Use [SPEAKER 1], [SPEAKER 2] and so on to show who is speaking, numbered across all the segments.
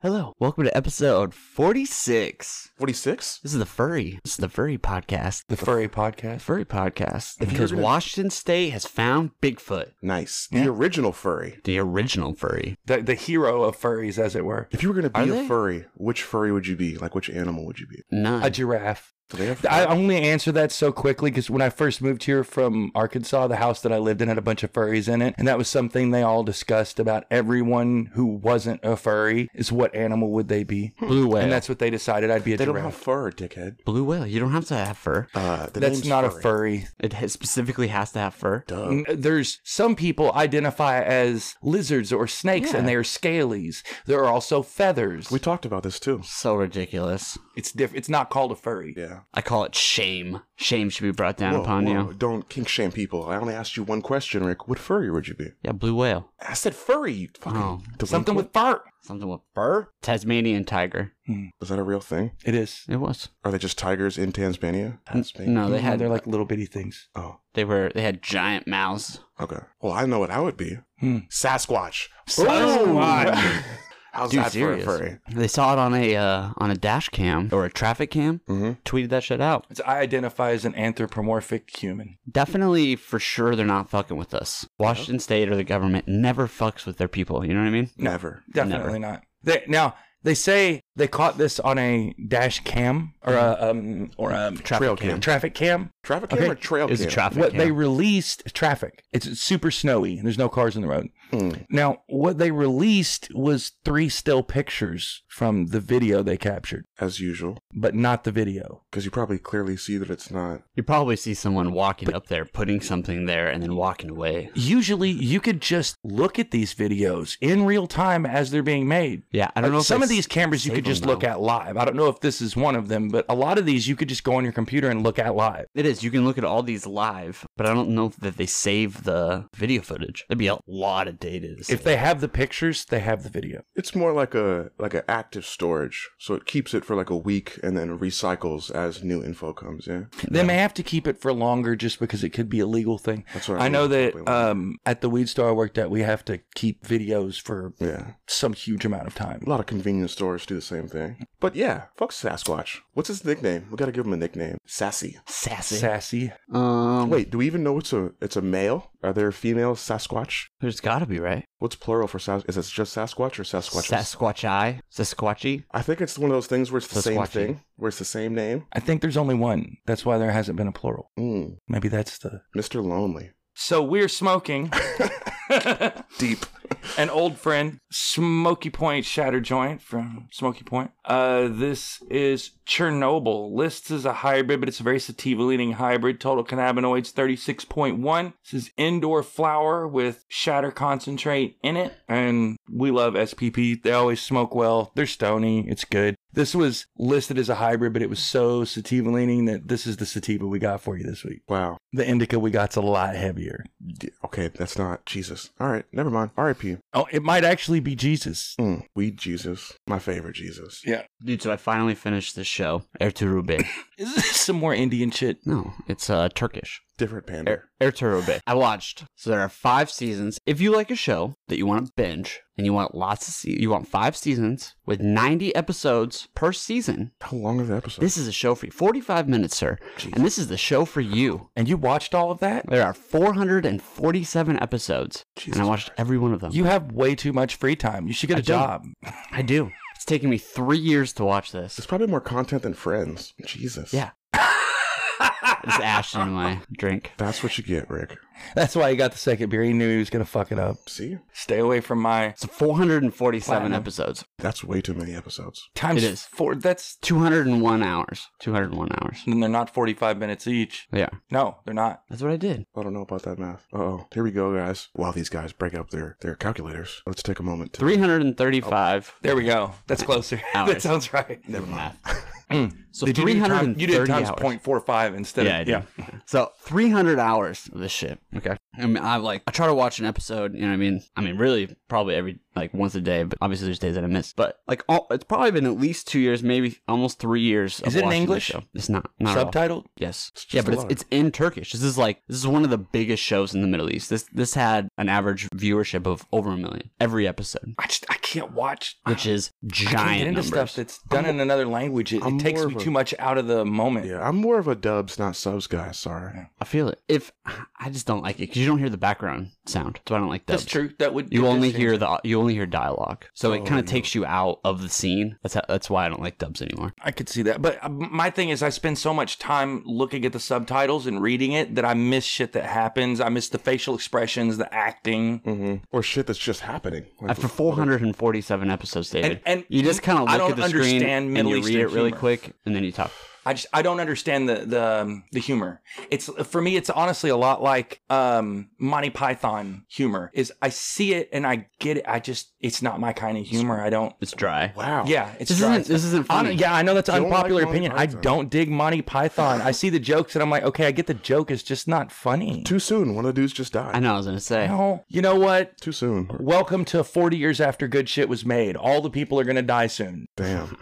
[SPEAKER 1] Hello, welcome to episode 46.
[SPEAKER 2] 46?
[SPEAKER 1] This is the Furry. This is the Furry Podcast.
[SPEAKER 2] The Furry
[SPEAKER 1] The
[SPEAKER 2] Podcast.
[SPEAKER 1] Furry Podcast.
[SPEAKER 2] If you're
[SPEAKER 1] Because
[SPEAKER 2] gonna-
[SPEAKER 1] Washington State has found Bigfoot,
[SPEAKER 2] Nice.
[SPEAKER 3] Yeah.
[SPEAKER 2] The original furry.
[SPEAKER 1] the original furry.
[SPEAKER 3] the, the hero of furries, as it were.
[SPEAKER 2] If you were going to
[SPEAKER 1] Are
[SPEAKER 2] be a
[SPEAKER 1] they?
[SPEAKER 2] furry, which furry would you be? Like, which animal would you be?
[SPEAKER 1] None.
[SPEAKER 3] A giraffe.
[SPEAKER 2] Do they have
[SPEAKER 3] Hmm. I only answer that so quickly because when I first moved here from Arkansas, the house that I lived in had a bunch of furries in it. And that was something they all discussed about everyone who wasn't a furry is what animal would they be?
[SPEAKER 1] Blue whale.
[SPEAKER 3] And that's what they decided I'd be a
[SPEAKER 2] they don't have
[SPEAKER 3] giraffe.
[SPEAKER 2] fur, dickhead.
[SPEAKER 1] Blue whale. You don't have to have fur.
[SPEAKER 2] Uh, the
[SPEAKER 3] That's
[SPEAKER 2] name's
[SPEAKER 3] not
[SPEAKER 2] furry.
[SPEAKER 3] a furry.
[SPEAKER 1] It has- specifically has to have fur.
[SPEAKER 2] Duh.
[SPEAKER 3] N- There's some people identify as lizards or snakes
[SPEAKER 1] Yeah.
[SPEAKER 3] and they are scalies. There are also feathers.
[SPEAKER 2] We talked about this too.
[SPEAKER 1] So ridiculous.
[SPEAKER 3] It's diff- it's not called a furry.
[SPEAKER 2] Yeah.
[SPEAKER 1] I call it shame. Shame should be brought down
[SPEAKER 2] Whoa,
[SPEAKER 1] upon
[SPEAKER 2] whoa,
[SPEAKER 1] you.
[SPEAKER 2] Don't kink shame people. I only asked you one question, Rick. What furry would you be?
[SPEAKER 1] Yeah, blue whale.
[SPEAKER 2] I said furry. You fucking
[SPEAKER 1] Oh.
[SPEAKER 2] delinquent.
[SPEAKER 3] Something with fur.
[SPEAKER 1] Something with
[SPEAKER 2] fur?
[SPEAKER 1] Tasmanian tiger.
[SPEAKER 2] Is that a real thing?
[SPEAKER 3] It is.
[SPEAKER 1] It was.
[SPEAKER 2] Are they just tigers in Tasmania? Tasmania.
[SPEAKER 1] No, they had
[SPEAKER 3] they're like little bitty things.
[SPEAKER 2] Oh,
[SPEAKER 1] they were they had giant mouths.
[SPEAKER 2] okay. Well, I know what I would be.
[SPEAKER 3] Hmm.
[SPEAKER 2] Sasquatch.
[SPEAKER 3] Sasquatch.
[SPEAKER 1] Oh!
[SPEAKER 2] Ooh. How's
[SPEAKER 1] Dude,
[SPEAKER 2] that
[SPEAKER 1] serious.
[SPEAKER 2] for a furry?
[SPEAKER 1] They saw it on a uh, on a dash cam or a traffic cam.
[SPEAKER 2] Mhm.
[SPEAKER 1] Tweeted that shit out.
[SPEAKER 3] It's, I identify as an anthropomorphic human.
[SPEAKER 1] Definitely for sure they're not fucking with us. Washington State or the government never fucks with their people. You know what I mean?
[SPEAKER 2] Never.
[SPEAKER 3] Definitely not. They, now they say they caught this on a dash cam or a um or a
[SPEAKER 1] Traffic
[SPEAKER 2] Trail
[SPEAKER 1] cam.
[SPEAKER 2] cam.
[SPEAKER 3] traffic cam.
[SPEAKER 2] Traffic cam
[SPEAKER 3] Okay.
[SPEAKER 2] or trail
[SPEAKER 1] It was a
[SPEAKER 2] cam?
[SPEAKER 1] traffic
[SPEAKER 3] what
[SPEAKER 1] cam.
[SPEAKER 3] they released traffic. It's super snowy. There's no cars on the road.
[SPEAKER 2] Hmm.
[SPEAKER 3] Now what they released was three still pictures from the video they captured,
[SPEAKER 2] as usual,
[SPEAKER 3] but not the video.
[SPEAKER 2] because you probably clearly see that it's not.
[SPEAKER 1] you probably see someone walking up there, putting something there, and then walking away.
[SPEAKER 3] Usually, you could just look at these videos in real time as they're being made.
[SPEAKER 1] Yeah, I don't
[SPEAKER 3] Like,
[SPEAKER 1] know. If
[SPEAKER 3] Uh, some
[SPEAKER 1] they
[SPEAKER 3] of these cameras you
[SPEAKER 1] save
[SPEAKER 3] could just
[SPEAKER 1] them,
[SPEAKER 3] look
[SPEAKER 1] though.
[SPEAKER 3] at live. I don't know if this is one of them, but a lot of these you could just go on your computer and look at live.
[SPEAKER 1] It is. You can look at all these live, but I don't know that they save the video footage. That'd be a lot of data. to
[SPEAKER 3] If
[SPEAKER 1] save.
[SPEAKER 3] they have the pictures, they have the video.
[SPEAKER 2] It's more like a like an active storage, so it keeps it for like a week and then recycles as new info comes in.
[SPEAKER 3] They may have to keep it for longer just because it could be a legal thing.
[SPEAKER 2] That's what I
[SPEAKER 3] I know
[SPEAKER 2] mean.
[SPEAKER 3] that um, at the weed store I worked at, we have to keep videos for
[SPEAKER 2] Yeah,
[SPEAKER 3] some huge amount of
[SPEAKER 2] a
[SPEAKER 3] time.
[SPEAKER 2] lot of convenience stores do the same thing. But yeah, fuck Sasquatch. What's his nickname? We gotta give him a nickname. Sassy.
[SPEAKER 1] sassy.
[SPEAKER 3] Sassy.
[SPEAKER 1] um, wait,
[SPEAKER 2] Wait, do we even know it's a it's a male? Are there female Sasquatch?
[SPEAKER 1] there's got to be right.
[SPEAKER 2] What's plural for Sas? Is it just Sasquatch or Sasquatches?
[SPEAKER 1] Sasquatch eye, Sasquatchy.
[SPEAKER 2] I think it's one of those things where it's the same
[SPEAKER 1] Sasquatchy.
[SPEAKER 2] thing, where it's the same name.
[SPEAKER 3] I think there's only one. That's why there hasn't been a plural.
[SPEAKER 2] Mm,
[SPEAKER 3] Maybe that's the.
[SPEAKER 2] Mr. Lonely.
[SPEAKER 3] So we're smoking.
[SPEAKER 2] Deep.
[SPEAKER 3] an old friend, Smoky Point Shatter Joint from Smoky Point. Uh, this is Chernobyl. Lists as a hybrid, but it's a very sativa leaning hybrid. Total cannabinoids 36.1. This is indoor flower with shatter concentrate in it. And we love SPP. They always smoke well. They're stony. It's good. This was listed as a hybrid, but it was so sativa leaning that this is the sativa we got for you this week.
[SPEAKER 2] Wow.
[SPEAKER 3] The indica we got's a lot heavier.
[SPEAKER 2] D- Okay, that's not Jesus. All right, never mind. R.I.P.
[SPEAKER 3] Oh, it might actually be Jesus.
[SPEAKER 2] Mm, weed Jesus, my favorite Jesus.
[SPEAKER 3] Yeah.
[SPEAKER 1] Dude, so I finally finished this show, Erturube.
[SPEAKER 3] Is this some more Indian shit?
[SPEAKER 1] no, it's uh, Turkish.
[SPEAKER 2] Different panda.
[SPEAKER 1] Er- Erturube. I watched. So there are five seasons. If you like a show that you want to binge and you want lots of, se- you want five seasons with 90 episodes per season.
[SPEAKER 2] How long is the episode?
[SPEAKER 1] This is a show for you. 45 minutes, sir. And this is the show for you.
[SPEAKER 3] And you watched all of that?
[SPEAKER 1] There are 447 episodes, and I watched every one of them.
[SPEAKER 3] You have way too much free time. You should get a
[SPEAKER 1] I don't.
[SPEAKER 3] job.
[SPEAKER 1] I do. It's taken me three years to watch this.
[SPEAKER 2] There's probably more content than Friends. Jesus.
[SPEAKER 1] Yeah. It's ash in my drink.
[SPEAKER 2] That's what you get, Rick.
[SPEAKER 3] That's why he got the second beer. He knew he was going to fuck it up.
[SPEAKER 2] See,
[SPEAKER 3] Stay away from my
[SPEAKER 1] So 447
[SPEAKER 3] Platinum.
[SPEAKER 1] episodes,
[SPEAKER 2] that's way too many episodes.
[SPEAKER 3] times
[SPEAKER 1] It is.
[SPEAKER 3] four. That's
[SPEAKER 1] 201 hours, 201 hours.
[SPEAKER 3] and they're not 45 minutes each.
[SPEAKER 1] Yeah,
[SPEAKER 3] No, they're not.
[SPEAKER 1] that's what I did.
[SPEAKER 2] I don't know about that math. Uh oh, here we go, guys. While these guys break up their their calculators, let's take a moment to
[SPEAKER 1] 335.
[SPEAKER 3] There we go. That's closer. that
[SPEAKER 1] Hours.
[SPEAKER 3] sounds right.
[SPEAKER 1] Oh, Never mind. Mm. so
[SPEAKER 3] Did you do
[SPEAKER 1] 330
[SPEAKER 3] time- you did times
[SPEAKER 1] hours.
[SPEAKER 3] 0.45 instead
[SPEAKER 1] Yeah, I
[SPEAKER 3] of
[SPEAKER 1] did. So 300 hours of this shit. Okay. I mean, I like I try to watch an episode. You know, what I mean, I mean, really, probably every like once a day. But obviously, there's days that I miss. But like, all, it's probably been at least two years, maybe almost three years.
[SPEAKER 3] Is
[SPEAKER 1] of
[SPEAKER 3] it in
[SPEAKER 1] watching this
[SPEAKER 3] English?
[SPEAKER 1] show. It's not. Not at all.
[SPEAKER 3] subtitled.
[SPEAKER 1] Yes.
[SPEAKER 2] just
[SPEAKER 1] yeah, but
[SPEAKER 2] a
[SPEAKER 1] it's,
[SPEAKER 2] lot.
[SPEAKER 1] it's in Turkish. This is like this is one of the biggest shows in the Middle East. This this had an average viewership of over a million every episode.
[SPEAKER 3] I just I can't watch.
[SPEAKER 1] which is
[SPEAKER 3] I can't get
[SPEAKER 1] giant
[SPEAKER 3] into
[SPEAKER 1] numbers.
[SPEAKER 3] stuff that's done in another language. It,
[SPEAKER 2] I'm
[SPEAKER 3] it takes
[SPEAKER 2] more
[SPEAKER 3] me
[SPEAKER 2] of a-
[SPEAKER 3] too much out of the moment.
[SPEAKER 2] Yeah, I'm more of a dubs, not subs guy. Sorry.
[SPEAKER 1] I feel it. If I just don't like it because you don't hear the background sound, so I don't like
[SPEAKER 3] that's
[SPEAKER 1] dubs.
[SPEAKER 3] true. That would
[SPEAKER 1] You
[SPEAKER 3] that
[SPEAKER 1] only
[SPEAKER 3] does
[SPEAKER 1] hear
[SPEAKER 3] change it.
[SPEAKER 1] the you only hear dialogue, so it
[SPEAKER 2] Oh,
[SPEAKER 1] kind
[SPEAKER 2] yeah.
[SPEAKER 1] of takes you out of the scene. That's how, that's why I don't like dubs anymore.
[SPEAKER 3] I could see that, but uh, my thing is, I spend so much time looking at the subtitles and reading it that I miss shit that happens. I miss the facial expressions, the acting.
[SPEAKER 2] hmm Or shit that's just happening. Like,
[SPEAKER 1] After 447 episodes, David,
[SPEAKER 3] and
[SPEAKER 1] you just kind of
[SPEAKER 3] I
[SPEAKER 1] look at
[SPEAKER 3] don't
[SPEAKER 1] the screen
[SPEAKER 3] understand
[SPEAKER 1] and
[SPEAKER 3] Middle
[SPEAKER 1] you
[SPEAKER 3] Eastern
[SPEAKER 1] read it really
[SPEAKER 3] humor.
[SPEAKER 1] quick, and then you talk.
[SPEAKER 3] I just I don't understand the the um, the humor. It's for me, it's honestly a lot like um, Monty Python humor. Is I see it and I get it. I just it's not my kind of humor. I don't.
[SPEAKER 1] It's dry.
[SPEAKER 2] Wow.
[SPEAKER 3] Yeah, it's
[SPEAKER 1] This
[SPEAKER 3] dry.
[SPEAKER 1] isn't this isn't
[SPEAKER 3] Hon-
[SPEAKER 1] funny.
[SPEAKER 3] yeah, I know that's
[SPEAKER 2] You don't like
[SPEAKER 3] unpopular
[SPEAKER 2] Monty
[SPEAKER 3] opinion. I
[SPEAKER 2] Python.
[SPEAKER 3] don't dig Monty Python. I see the jokes and I'm like, okay, I get the joke. It's just not funny.
[SPEAKER 2] Too soon. One of the dudes just died.
[SPEAKER 1] I know. I was gonna say.
[SPEAKER 3] No, you know what?
[SPEAKER 2] Too soon.
[SPEAKER 3] Welcome to 40 years after good shit was made. All the people are gonna die soon.
[SPEAKER 2] Damn.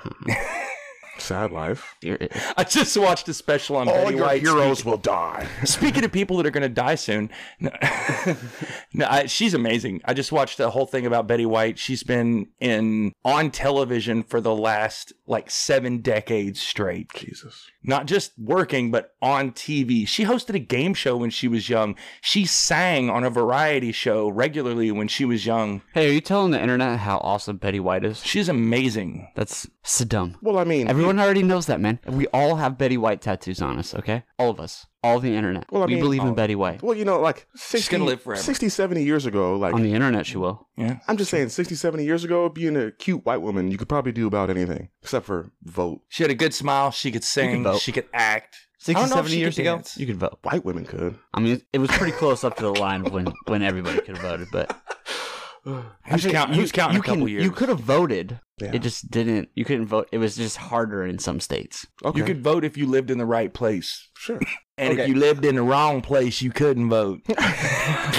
[SPEAKER 2] Sad life.
[SPEAKER 1] You're- it-
[SPEAKER 3] I just watched a special on Betty White.
[SPEAKER 2] will die.
[SPEAKER 3] Speaking of people that are going to die soon, no, no, I, she's amazing. I just watched the whole thing about Betty White. She's been in on television for the last like seven decades straight.
[SPEAKER 2] Jesus.
[SPEAKER 3] Not just working, but on TV. She hosted a game show when she was young. She sang on a variety show regularly when she was young.
[SPEAKER 1] Hey, are you telling the internet how awesome Betty White is?
[SPEAKER 3] She's amazing.
[SPEAKER 1] That's so dumb.
[SPEAKER 2] Well, I mean,
[SPEAKER 1] Everyone already knows that, man. We all have Betty White tattoos on us, okay? All of us. All the internet.
[SPEAKER 2] Well, I
[SPEAKER 1] we
[SPEAKER 2] mean,
[SPEAKER 1] believe
[SPEAKER 3] all-
[SPEAKER 1] in Betty White.
[SPEAKER 2] well, you know, like 60,
[SPEAKER 3] gonna live forever.
[SPEAKER 2] 60, 70 years ago, like,
[SPEAKER 1] On the internet, she will.
[SPEAKER 3] Yeah.
[SPEAKER 2] I'm just saying, 60, 70 years ago, being a cute white woman, you could probably do about anything except for vote.
[SPEAKER 3] She had a good smile. She could sing.
[SPEAKER 1] vote.
[SPEAKER 3] she could act.
[SPEAKER 1] 60,
[SPEAKER 3] don't know if
[SPEAKER 1] 70
[SPEAKER 3] she
[SPEAKER 1] years
[SPEAKER 3] could
[SPEAKER 1] ago,
[SPEAKER 3] dance.
[SPEAKER 1] you could vote.
[SPEAKER 2] White women could.
[SPEAKER 1] I mean, it was pretty close up to the line when, when everybody could have voted, but I'm
[SPEAKER 3] Who's
[SPEAKER 1] saying
[SPEAKER 3] count- who's counting
[SPEAKER 1] you
[SPEAKER 3] a couple
[SPEAKER 1] can,
[SPEAKER 3] years?
[SPEAKER 1] You could have voted.
[SPEAKER 2] Yeah.
[SPEAKER 1] It just didn't. You couldn't vote. It was just harder in some states.
[SPEAKER 2] Okay.
[SPEAKER 3] You could vote if you lived in the right place.
[SPEAKER 2] Sure.
[SPEAKER 3] And if
[SPEAKER 2] Okay.
[SPEAKER 3] you lived in the wrong place, you couldn't vote.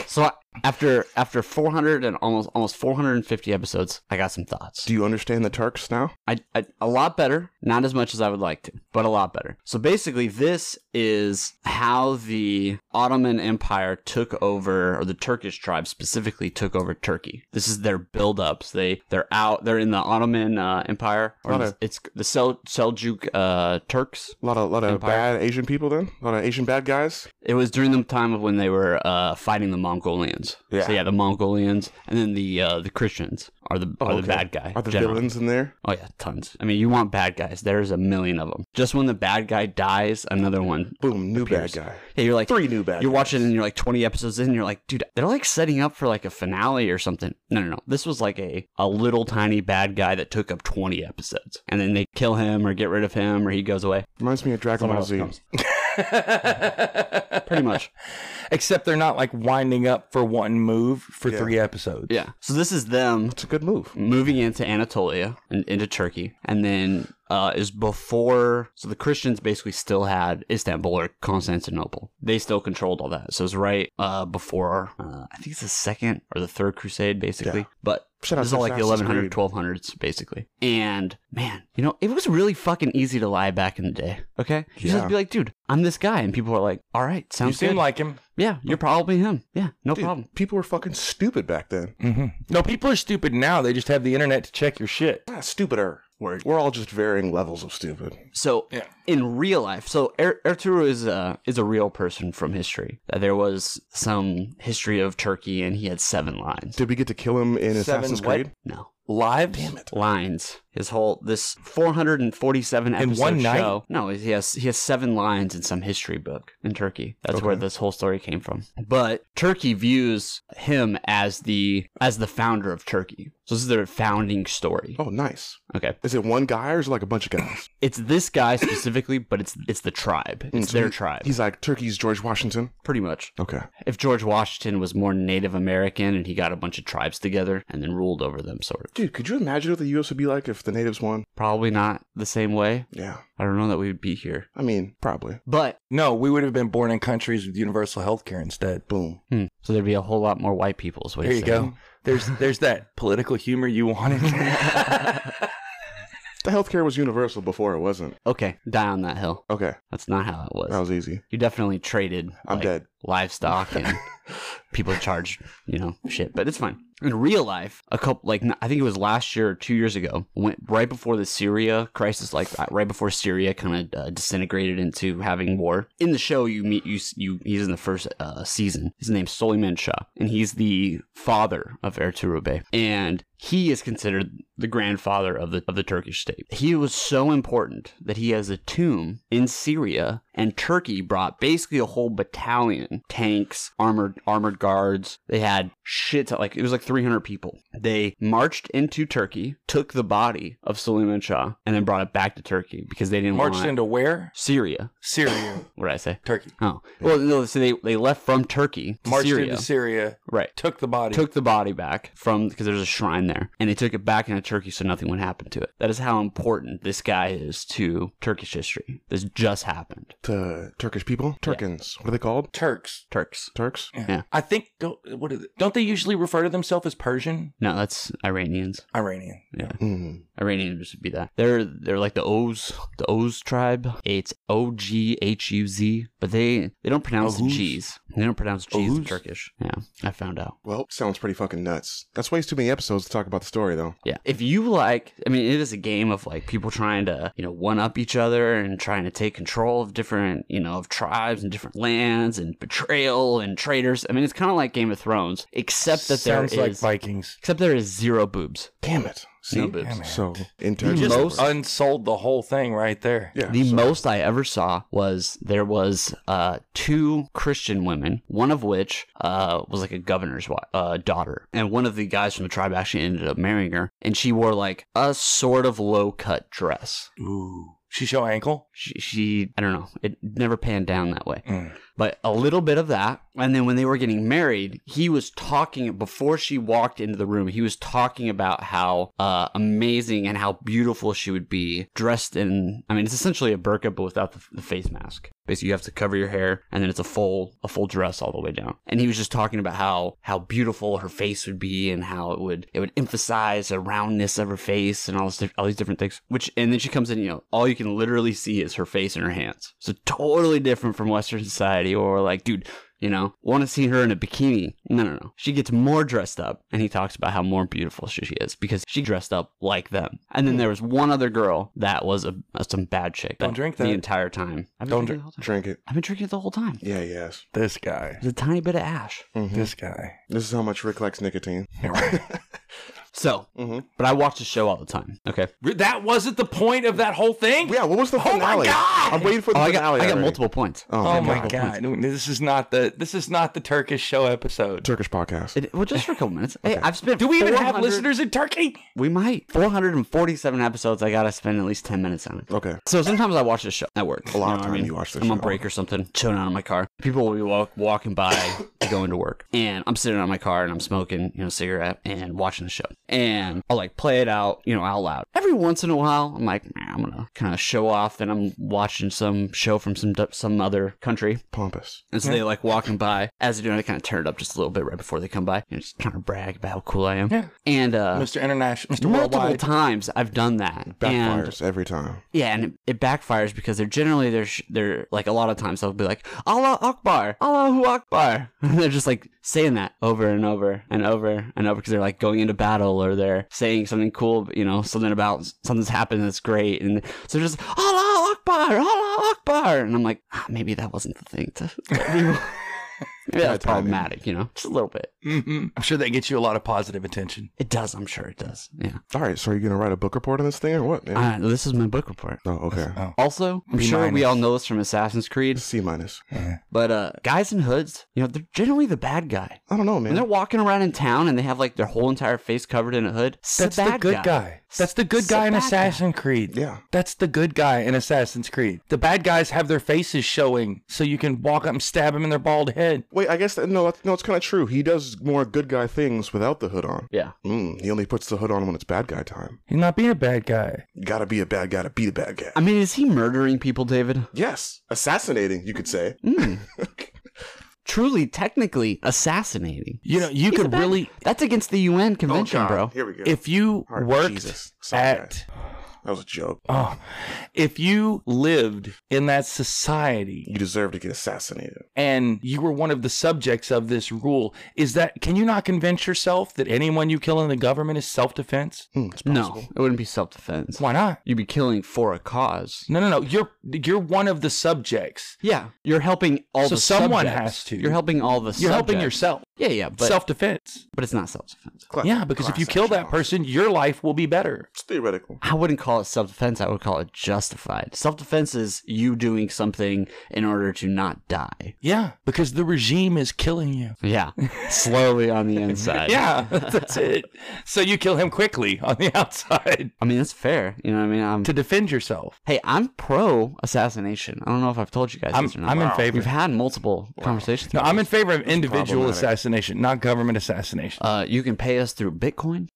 [SPEAKER 1] So I, after after 400 and almost almost 450 episodes, I got some thoughts.
[SPEAKER 2] Do you understand the Turks now?
[SPEAKER 1] I, I a lot better, not as much as I would like to, but a lot better. So basically, this is how the Ottoman Empire took over, or the Turkish tribes specifically took over Turkey. This is their buildups. They they're out. They're in the Ottoman uh, Empire, or
[SPEAKER 2] Otto.
[SPEAKER 1] it's the Sel- Seljuk uh, Turks.
[SPEAKER 2] A lot of, lot of
[SPEAKER 1] Empire.
[SPEAKER 2] bad Asian people then? A lot of Asian bad guys?
[SPEAKER 1] It was during the time of when they were uh, fighting the Mongolians.
[SPEAKER 2] Yeah.
[SPEAKER 1] So yeah, the Mongolians, and then the uh, the Christians are the are
[SPEAKER 2] Oh, okay.
[SPEAKER 1] the bad guy.
[SPEAKER 2] Are the
[SPEAKER 1] generally.
[SPEAKER 2] villains in there?
[SPEAKER 1] Oh yeah, tons. I mean, you want bad guys. There's a million of them. Just when the bad guy dies, another one.
[SPEAKER 2] Boom, new
[SPEAKER 1] appears.
[SPEAKER 2] bad guy.
[SPEAKER 1] Yeah, you're like
[SPEAKER 2] Three new bad
[SPEAKER 1] You're
[SPEAKER 2] guys.
[SPEAKER 1] watching and you're like 20 episodes in. You're like, dude, they're like setting up for like a finale or something. No, no, no. This was like a a little tiny bad guy that took up 20 episodes, and then they kill him or get rid of him or he goes away.
[SPEAKER 2] Reminds me of Dragon
[SPEAKER 1] Someone
[SPEAKER 2] Ball
[SPEAKER 1] else
[SPEAKER 2] Z.
[SPEAKER 1] comes. Pretty much.
[SPEAKER 3] Except they're not like winding up for one move for
[SPEAKER 2] Yeah.
[SPEAKER 3] three episodes.
[SPEAKER 1] Yeah. So this is them
[SPEAKER 2] It's a good move.
[SPEAKER 1] moving into Anatolia and into Turkey, and then uh, is before. So the Christians basically still had Istanbul or Constantinople. They still controlled all that. So it's right uh, before. Uh, I think it's the second or the third Crusade, basically.
[SPEAKER 2] Yeah.
[SPEAKER 1] But
[SPEAKER 2] Shout out
[SPEAKER 1] this is
[SPEAKER 2] to
[SPEAKER 1] all like the
[SPEAKER 2] Assassin's
[SPEAKER 1] 1100s,
[SPEAKER 2] Creed.
[SPEAKER 1] 1200s, basically. And man, you know, it was really fucking easy to lie back in the day. Okay, you
[SPEAKER 2] Yeah.
[SPEAKER 1] just be like, dude, I'm this guy, and people are like, all right,
[SPEAKER 3] You
[SPEAKER 1] sounds
[SPEAKER 3] seem
[SPEAKER 1] good.
[SPEAKER 3] like him.
[SPEAKER 1] yeah, you're probably him. Yeah, no
[SPEAKER 2] Dude,
[SPEAKER 1] problem.
[SPEAKER 2] People were fucking stupid back then.
[SPEAKER 3] hmm
[SPEAKER 1] Mm-hmm.
[SPEAKER 3] No, people are stupid now. They just have the internet to check your shit.
[SPEAKER 2] Ah, stupider.
[SPEAKER 1] Word.
[SPEAKER 2] We're all just varying levels of stupid.
[SPEAKER 1] So
[SPEAKER 3] Yeah.
[SPEAKER 1] in real life, so er- Ertuğrul is a is a real person from history. Uh, There was some history of Turkey, and he had seven lines.
[SPEAKER 2] Did we get to kill him in
[SPEAKER 3] Seven
[SPEAKER 2] Assassin's
[SPEAKER 3] what?
[SPEAKER 2] Creed?
[SPEAKER 1] No
[SPEAKER 3] Live?
[SPEAKER 1] lines. His whole this 447 episode
[SPEAKER 3] In one night?
[SPEAKER 1] show. No, he has he has seven lines in some history book in Turkey. That's where this whole story came from. But Turkey views him as the as the founder of Turkey. So this is their founding story.
[SPEAKER 2] Oh, nice.
[SPEAKER 1] Okay,
[SPEAKER 2] Is it one guy or is it like a bunch of guys?
[SPEAKER 1] it's this guy specifically, but it's it's the tribe.
[SPEAKER 3] Mm,
[SPEAKER 1] It's
[SPEAKER 2] so
[SPEAKER 1] their
[SPEAKER 2] he-
[SPEAKER 1] tribe,
[SPEAKER 2] He's like Turkey's George Washington.
[SPEAKER 1] pretty much.
[SPEAKER 2] Okay.
[SPEAKER 1] if George Washington was more Native American and he got a bunch of tribes together and then ruled over them, sort of.
[SPEAKER 2] Dude, could you imagine what the U.S. would be like if the natives won?
[SPEAKER 1] Probably not the same way.
[SPEAKER 2] Yeah.
[SPEAKER 1] I don't know that we would be here.
[SPEAKER 2] I mean, probably.
[SPEAKER 1] But,
[SPEAKER 3] No, we would have been born in countries with universal health care instead.
[SPEAKER 2] Boom.
[SPEAKER 1] hmm, so there'd be a whole lot more white people, is what
[SPEAKER 3] There
[SPEAKER 1] he's
[SPEAKER 3] you
[SPEAKER 1] saying.
[SPEAKER 3] go. There's there's that political humor you wanted.
[SPEAKER 2] The healthcare was universal before it wasn't.
[SPEAKER 1] Okay, die on that hill.
[SPEAKER 2] Okay.
[SPEAKER 1] That's not how it was.
[SPEAKER 2] That was easy.
[SPEAKER 1] you definitely traded
[SPEAKER 2] I'm
[SPEAKER 1] like,
[SPEAKER 2] dead.
[SPEAKER 1] livestock and people charged, you know, shit, but it's fine. In real life, a couple, like, I think it was last year or two years ago, went right before the Syria crisis, like, uh, right before Syria kind of uh, disintegrated into having war. In the show, you meet, you, you he's in the first uh, season. His name's Soliman Shah, and he's the father of Ertuğrul And he is considered the grandfather of the of the Turkish state. He was so important that he has a tomb in Syria, and Turkey brought basically a whole battalion, tanks, armored armored guards. They had shit ton- like it was like 300 people. They marched into Turkey, took the body of Suleiman Shah, and then brought it back to Turkey because they didn't
[SPEAKER 3] Marched
[SPEAKER 1] want
[SPEAKER 3] into where?
[SPEAKER 1] Syria.
[SPEAKER 3] Syria,
[SPEAKER 1] What did I say?
[SPEAKER 3] Turkey.
[SPEAKER 1] Oh, well, no. So they they left from Turkey, to
[SPEAKER 3] Marched
[SPEAKER 1] Syria,
[SPEAKER 3] into Syria,
[SPEAKER 1] right?
[SPEAKER 3] took the body.
[SPEAKER 1] took the body back from because there's a shrine there and they took it back into turkey so nothing would happen to it that is how important this guy is to turkish history this just happened
[SPEAKER 2] The Turkish people, Turkins. What are they called?
[SPEAKER 3] Turks.
[SPEAKER 1] turks
[SPEAKER 2] Turks.
[SPEAKER 1] Yeah.
[SPEAKER 3] I think don't, what is it? Don't they usually refer to themselves as Persian?
[SPEAKER 1] no that's iranians
[SPEAKER 3] Iranian.
[SPEAKER 1] yeah
[SPEAKER 2] Mm.
[SPEAKER 1] iranians would be that they're they're like the oz the oz tribe it's o-g-h-u-z but they they don't pronounce the
[SPEAKER 3] Ohuz?
[SPEAKER 1] g's they don't pronounce g's in
[SPEAKER 3] Ohuz?
[SPEAKER 1] turkish yeah i found out
[SPEAKER 2] Well, sounds pretty fucking nuts. That's way too many episodes to talk about the story, though.
[SPEAKER 1] Yeah. If you like, I mean, it is a game of like people trying to, you know, one up each other and trying to take control of different, you know, of tribes and different lands and betrayal and traitors. I mean, it's kind of like Game of Thrones, except that there is,
[SPEAKER 3] Sounds like Vikings.
[SPEAKER 1] except there is zero boobs.
[SPEAKER 2] Damn it. See?
[SPEAKER 1] No boobs.
[SPEAKER 3] Damn it.
[SPEAKER 2] So, in
[SPEAKER 1] You
[SPEAKER 2] Turkish.
[SPEAKER 1] just-
[SPEAKER 2] that works.
[SPEAKER 3] Unsold the whole thing right there.
[SPEAKER 2] yeah.
[SPEAKER 1] The
[SPEAKER 2] so-
[SPEAKER 1] most I ever saw was there was uh, two Christian women, one of which uh, was like a governor's wi uh, daughter, and one of the guys from the tribe actually ended up marrying her, and she wore like a sort of low cut dress.
[SPEAKER 3] Ooh. She show ankle?
[SPEAKER 1] she, she I don't know, it never panned down that way.
[SPEAKER 3] Mm.
[SPEAKER 1] But a little bit of that. And then when they were getting married, he was talking before she walked into the room, he was talking about how uh, amazing and how beautiful she would be dressed in I mean, it's essentially a burqa but without the, the face mask. Basically, you have to cover your hair and then it's a full a full dress all the way down. And he was just talking about how how beautiful her face would be and how it would it would emphasize the roundness of her face and all this diff- all these different things. Which and then she comes in, you know, all you can literally see is her face and her hands. So totally different from Western society, or like, dude, you know, want to see her in a bikini? No, no, no. She gets more dressed up, and he talks about how more beautiful she, she is because she dressed up like them. And
[SPEAKER 2] Hmm.
[SPEAKER 1] then there was one other girl that was a, a- some bad chick.
[SPEAKER 3] Don't drink
[SPEAKER 1] the
[SPEAKER 3] that.
[SPEAKER 1] entire time. I've been
[SPEAKER 3] Don't
[SPEAKER 1] drinking the whole time.
[SPEAKER 2] Drink it.
[SPEAKER 1] I've been drinking it the whole time.
[SPEAKER 2] Yeah, yes.
[SPEAKER 3] This guy.
[SPEAKER 1] It's a tiny bit of ash.
[SPEAKER 2] Mhm.
[SPEAKER 3] This guy.
[SPEAKER 2] This is how much Rick likes nicotine.
[SPEAKER 1] So,
[SPEAKER 2] Mhm.
[SPEAKER 1] but I watch the show all the time. Okay.
[SPEAKER 3] That wasn't the point of that whole thing?
[SPEAKER 2] Yeah, what was the finale?
[SPEAKER 3] Oh my God!
[SPEAKER 2] I'm waiting for the
[SPEAKER 1] Oh, I got,
[SPEAKER 2] finale.
[SPEAKER 1] I got
[SPEAKER 2] already.
[SPEAKER 1] multiple points.
[SPEAKER 3] Oh
[SPEAKER 2] man,
[SPEAKER 3] my
[SPEAKER 2] multiple points.
[SPEAKER 3] god. This is not the this is not the Turkish show episode.
[SPEAKER 2] Turkish podcast.
[SPEAKER 1] It, well, just for a couple minutes. Hey, I've spent.
[SPEAKER 3] Do we even have
[SPEAKER 1] 400
[SPEAKER 3] listeners in Turkey?
[SPEAKER 1] We might. 447 episodes. I gotta spend at least 10 minutes on it.
[SPEAKER 2] okay.
[SPEAKER 1] So sometimes I watch the show at work.
[SPEAKER 2] A lot of
[SPEAKER 1] what
[SPEAKER 2] time you watch the
[SPEAKER 1] I'm on
[SPEAKER 2] show.
[SPEAKER 1] break or something, chilling out in my car. People will be walk, walking by to go into work, and I'm sitting on my car and I'm smoking, you know, cigarette and watching the show, and I'll like play it out, you know, out loud. Every once in a while, I'm like, "Nah, I'm gonna kind of show off that I'm watching some show from some some other country,
[SPEAKER 2] Pompous.
[SPEAKER 1] and so they like walking by as they're doing, it, kind of turn it up just a little bit right before they come by, and just kind of brag about how cool I am.
[SPEAKER 3] Yeah.
[SPEAKER 1] And uh,
[SPEAKER 3] Mr. International Mr.
[SPEAKER 1] multiple
[SPEAKER 3] Worldwide.
[SPEAKER 1] times I've done that, and
[SPEAKER 2] Backfires every time.
[SPEAKER 1] yeah, and it, it backfires because they're generally they're sh- they're like a lot of times they'll be like Allah Akbar, Allahu Akbar. And they're just like saying that over and over and over and over because they're like going into battle or they're saying something cool, you know, something about something's happened that's great, and so they're just Allah Akbar, Allah Akbar, and I'm like ah, maybe that wasn't the thing to. Maybe that was problematic, you know, just a little bit.
[SPEAKER 3] hmm I'm sure that gets you a lot of positive attention.
[SPEAKER 1] It does, I'm sure it does. Yeah.
[SPEAKER 2] All right, so are you going to write a book report on this thing or what, man?
[SPEAKER 1] Uh, this is my book report.
[SPEAKER 2] oh, okay.
[SPEAKER 1] Also, I'm
[SPEAKER 3] B
[SPEAKER 1] sure we
[SPEAKER 3] minus.
[SPEAKER 1] all know this from Assassin's Creed.
[SPEAKER 2] C minus.
[SPEAKER 1] But uh, guys in hoods, you know, they're generally the bad guy.
[SPEAKER 2] I don't know,
[SPEAKER 1] When they're
[SPEAKER 2] man.
[SPEAKER 1] walking around in town and they have like their whole entire face covered in a hood, it's
[SPEAKER 3] That's
[SPEAKER 1] the
[SPEAKER 3] the,
[SPEAKER 1] bad
[SPEAKER 3] good guy. That's the good
[SPEAKER 1] It's
[SPEAKER 3] guy in
[SPEAKER 1] bad guy.
[SPEAKER 3] Assassin's Creed.
[SPEAKER 2] Yeah.
[SPEAKER 3] That's the good guy in Assassin's Creed. The bad guys have their faces showing, so you can walk up and stab him in their bald head.
[SPEAKER 2] Wait, I guess that, no, that's, no, it's kind of true. He does more good guy things without the hood on.
[SPEAKER 1] Yeah.
[SPEAKER 2] Mm, he only puts the hood on when it's bad guy time.
[SPEAKER 3] He's not being a bad guy.
[SPEAKER 2] Got to be a bad guy to be the bad guy.
[SPEAKER 1] I mean, is he murdering people, David?
[SPEAKER 2] yes, assassinating, you could say.
[SPEAKER 3] Mm.
[SPEAKER 1] Truly, technically assassinating.
[SPEAKER 3] You know, you
[SPEAKER 1] He's a
[SPEAKER 3] could
[SPEAKER 1] bad-
[SPEAKER 3] really,
[SPEAKER 1] That's against the UN convention, bro.
[SPEAKER 2] Here we go.
[SPEAKER 3] if you
[SPEAKER 2] Heart,
[SPEAKER 3] worked
[SPEAKER 2] Jesus. Sorry,
[SPEAKER 3] at
[SPEAKER 2] That was a joke.
[SPEAKER 3] Oh, if you lived in that society
[SPEAKER 2] You deserve to get assassinated.
[SPEAKER 3] and you were one of the subjects of this rule, is that can you not convince yourself that anyone you kill in the government is self defense?
[SPEAKER 2] Hmm, it's
[SPEAKER 1] No,
[SPEAKER 2] possible.
[SPEAKER 1] it wouldn't be self defense.
[SPEAKER 3] Why not?
[SPEAKER 1] You'd be killing for a cause.
[SPEAKER 3] No, no, no. You're you're one of the subjects.
[SPEAKER 1] Yeah, you're helping all
[SPEAKER 3] So
[SPEAKER 1] the
[SPEAKER 3] someone
[SPEAKER 1] subjects.
[SPEAKER 3] has to.
[SPEAKER 1] You're helping all the.
[SPEAKER 3] You're helping
[SPEAKER 1] subjects.
[SPEAKER 3] yourself.
[SPEAKER 1] Yeah, yeah, but
[SPEAKER 3] self defense.
[SPEAKER 1] but it's not self defense.
[SPEAKER 2] Class-
[SPEAKER 3] Yeah, because if you
[SPEAKER 2] class
[SPEAKER 3] kill
[SPEAKER 2] action
[SPEAKER 3] that person, your life will be better.
[SPEAKER 2] It's theoretical.
[SPEAKER 1] I wouldn't call it self defense. I would call it justified. Self defense is you doing something in order to not die.
[SPEAKER 3] Yeah, because the regime is killing you.
[SPEAKER 1] Yeah, slowly on the inside.
[SPEAKER 3] Yeah, that's it. So you kill him quickly on the outside
[SPEAKER 1] I mean that's fair. You know what I mean? I'm,
[SPEAKER 3] to defend yourself.
[SPEAKER 1] hey, I'm pro assassination. I don't know if I've told you guys
[SPEAKER 3] I'm,
[SPEAKER 1] this or not.
[SPEAKER 3] I'm in
[SPEAKER 1] We've
[SPEAKER 3] favor.
[SPEAKER 1] had multiple conversations.
[SPEAKER 3] No,
[SPEAKER 1] about
[SPEAKER 3] I'm in favor of individual
[SPEAKER 2] problematic.
[SPEAKER 3] assassination, not government assassination.
[SPEAKER 1] this. Uh, you can pay us through Bitcoin.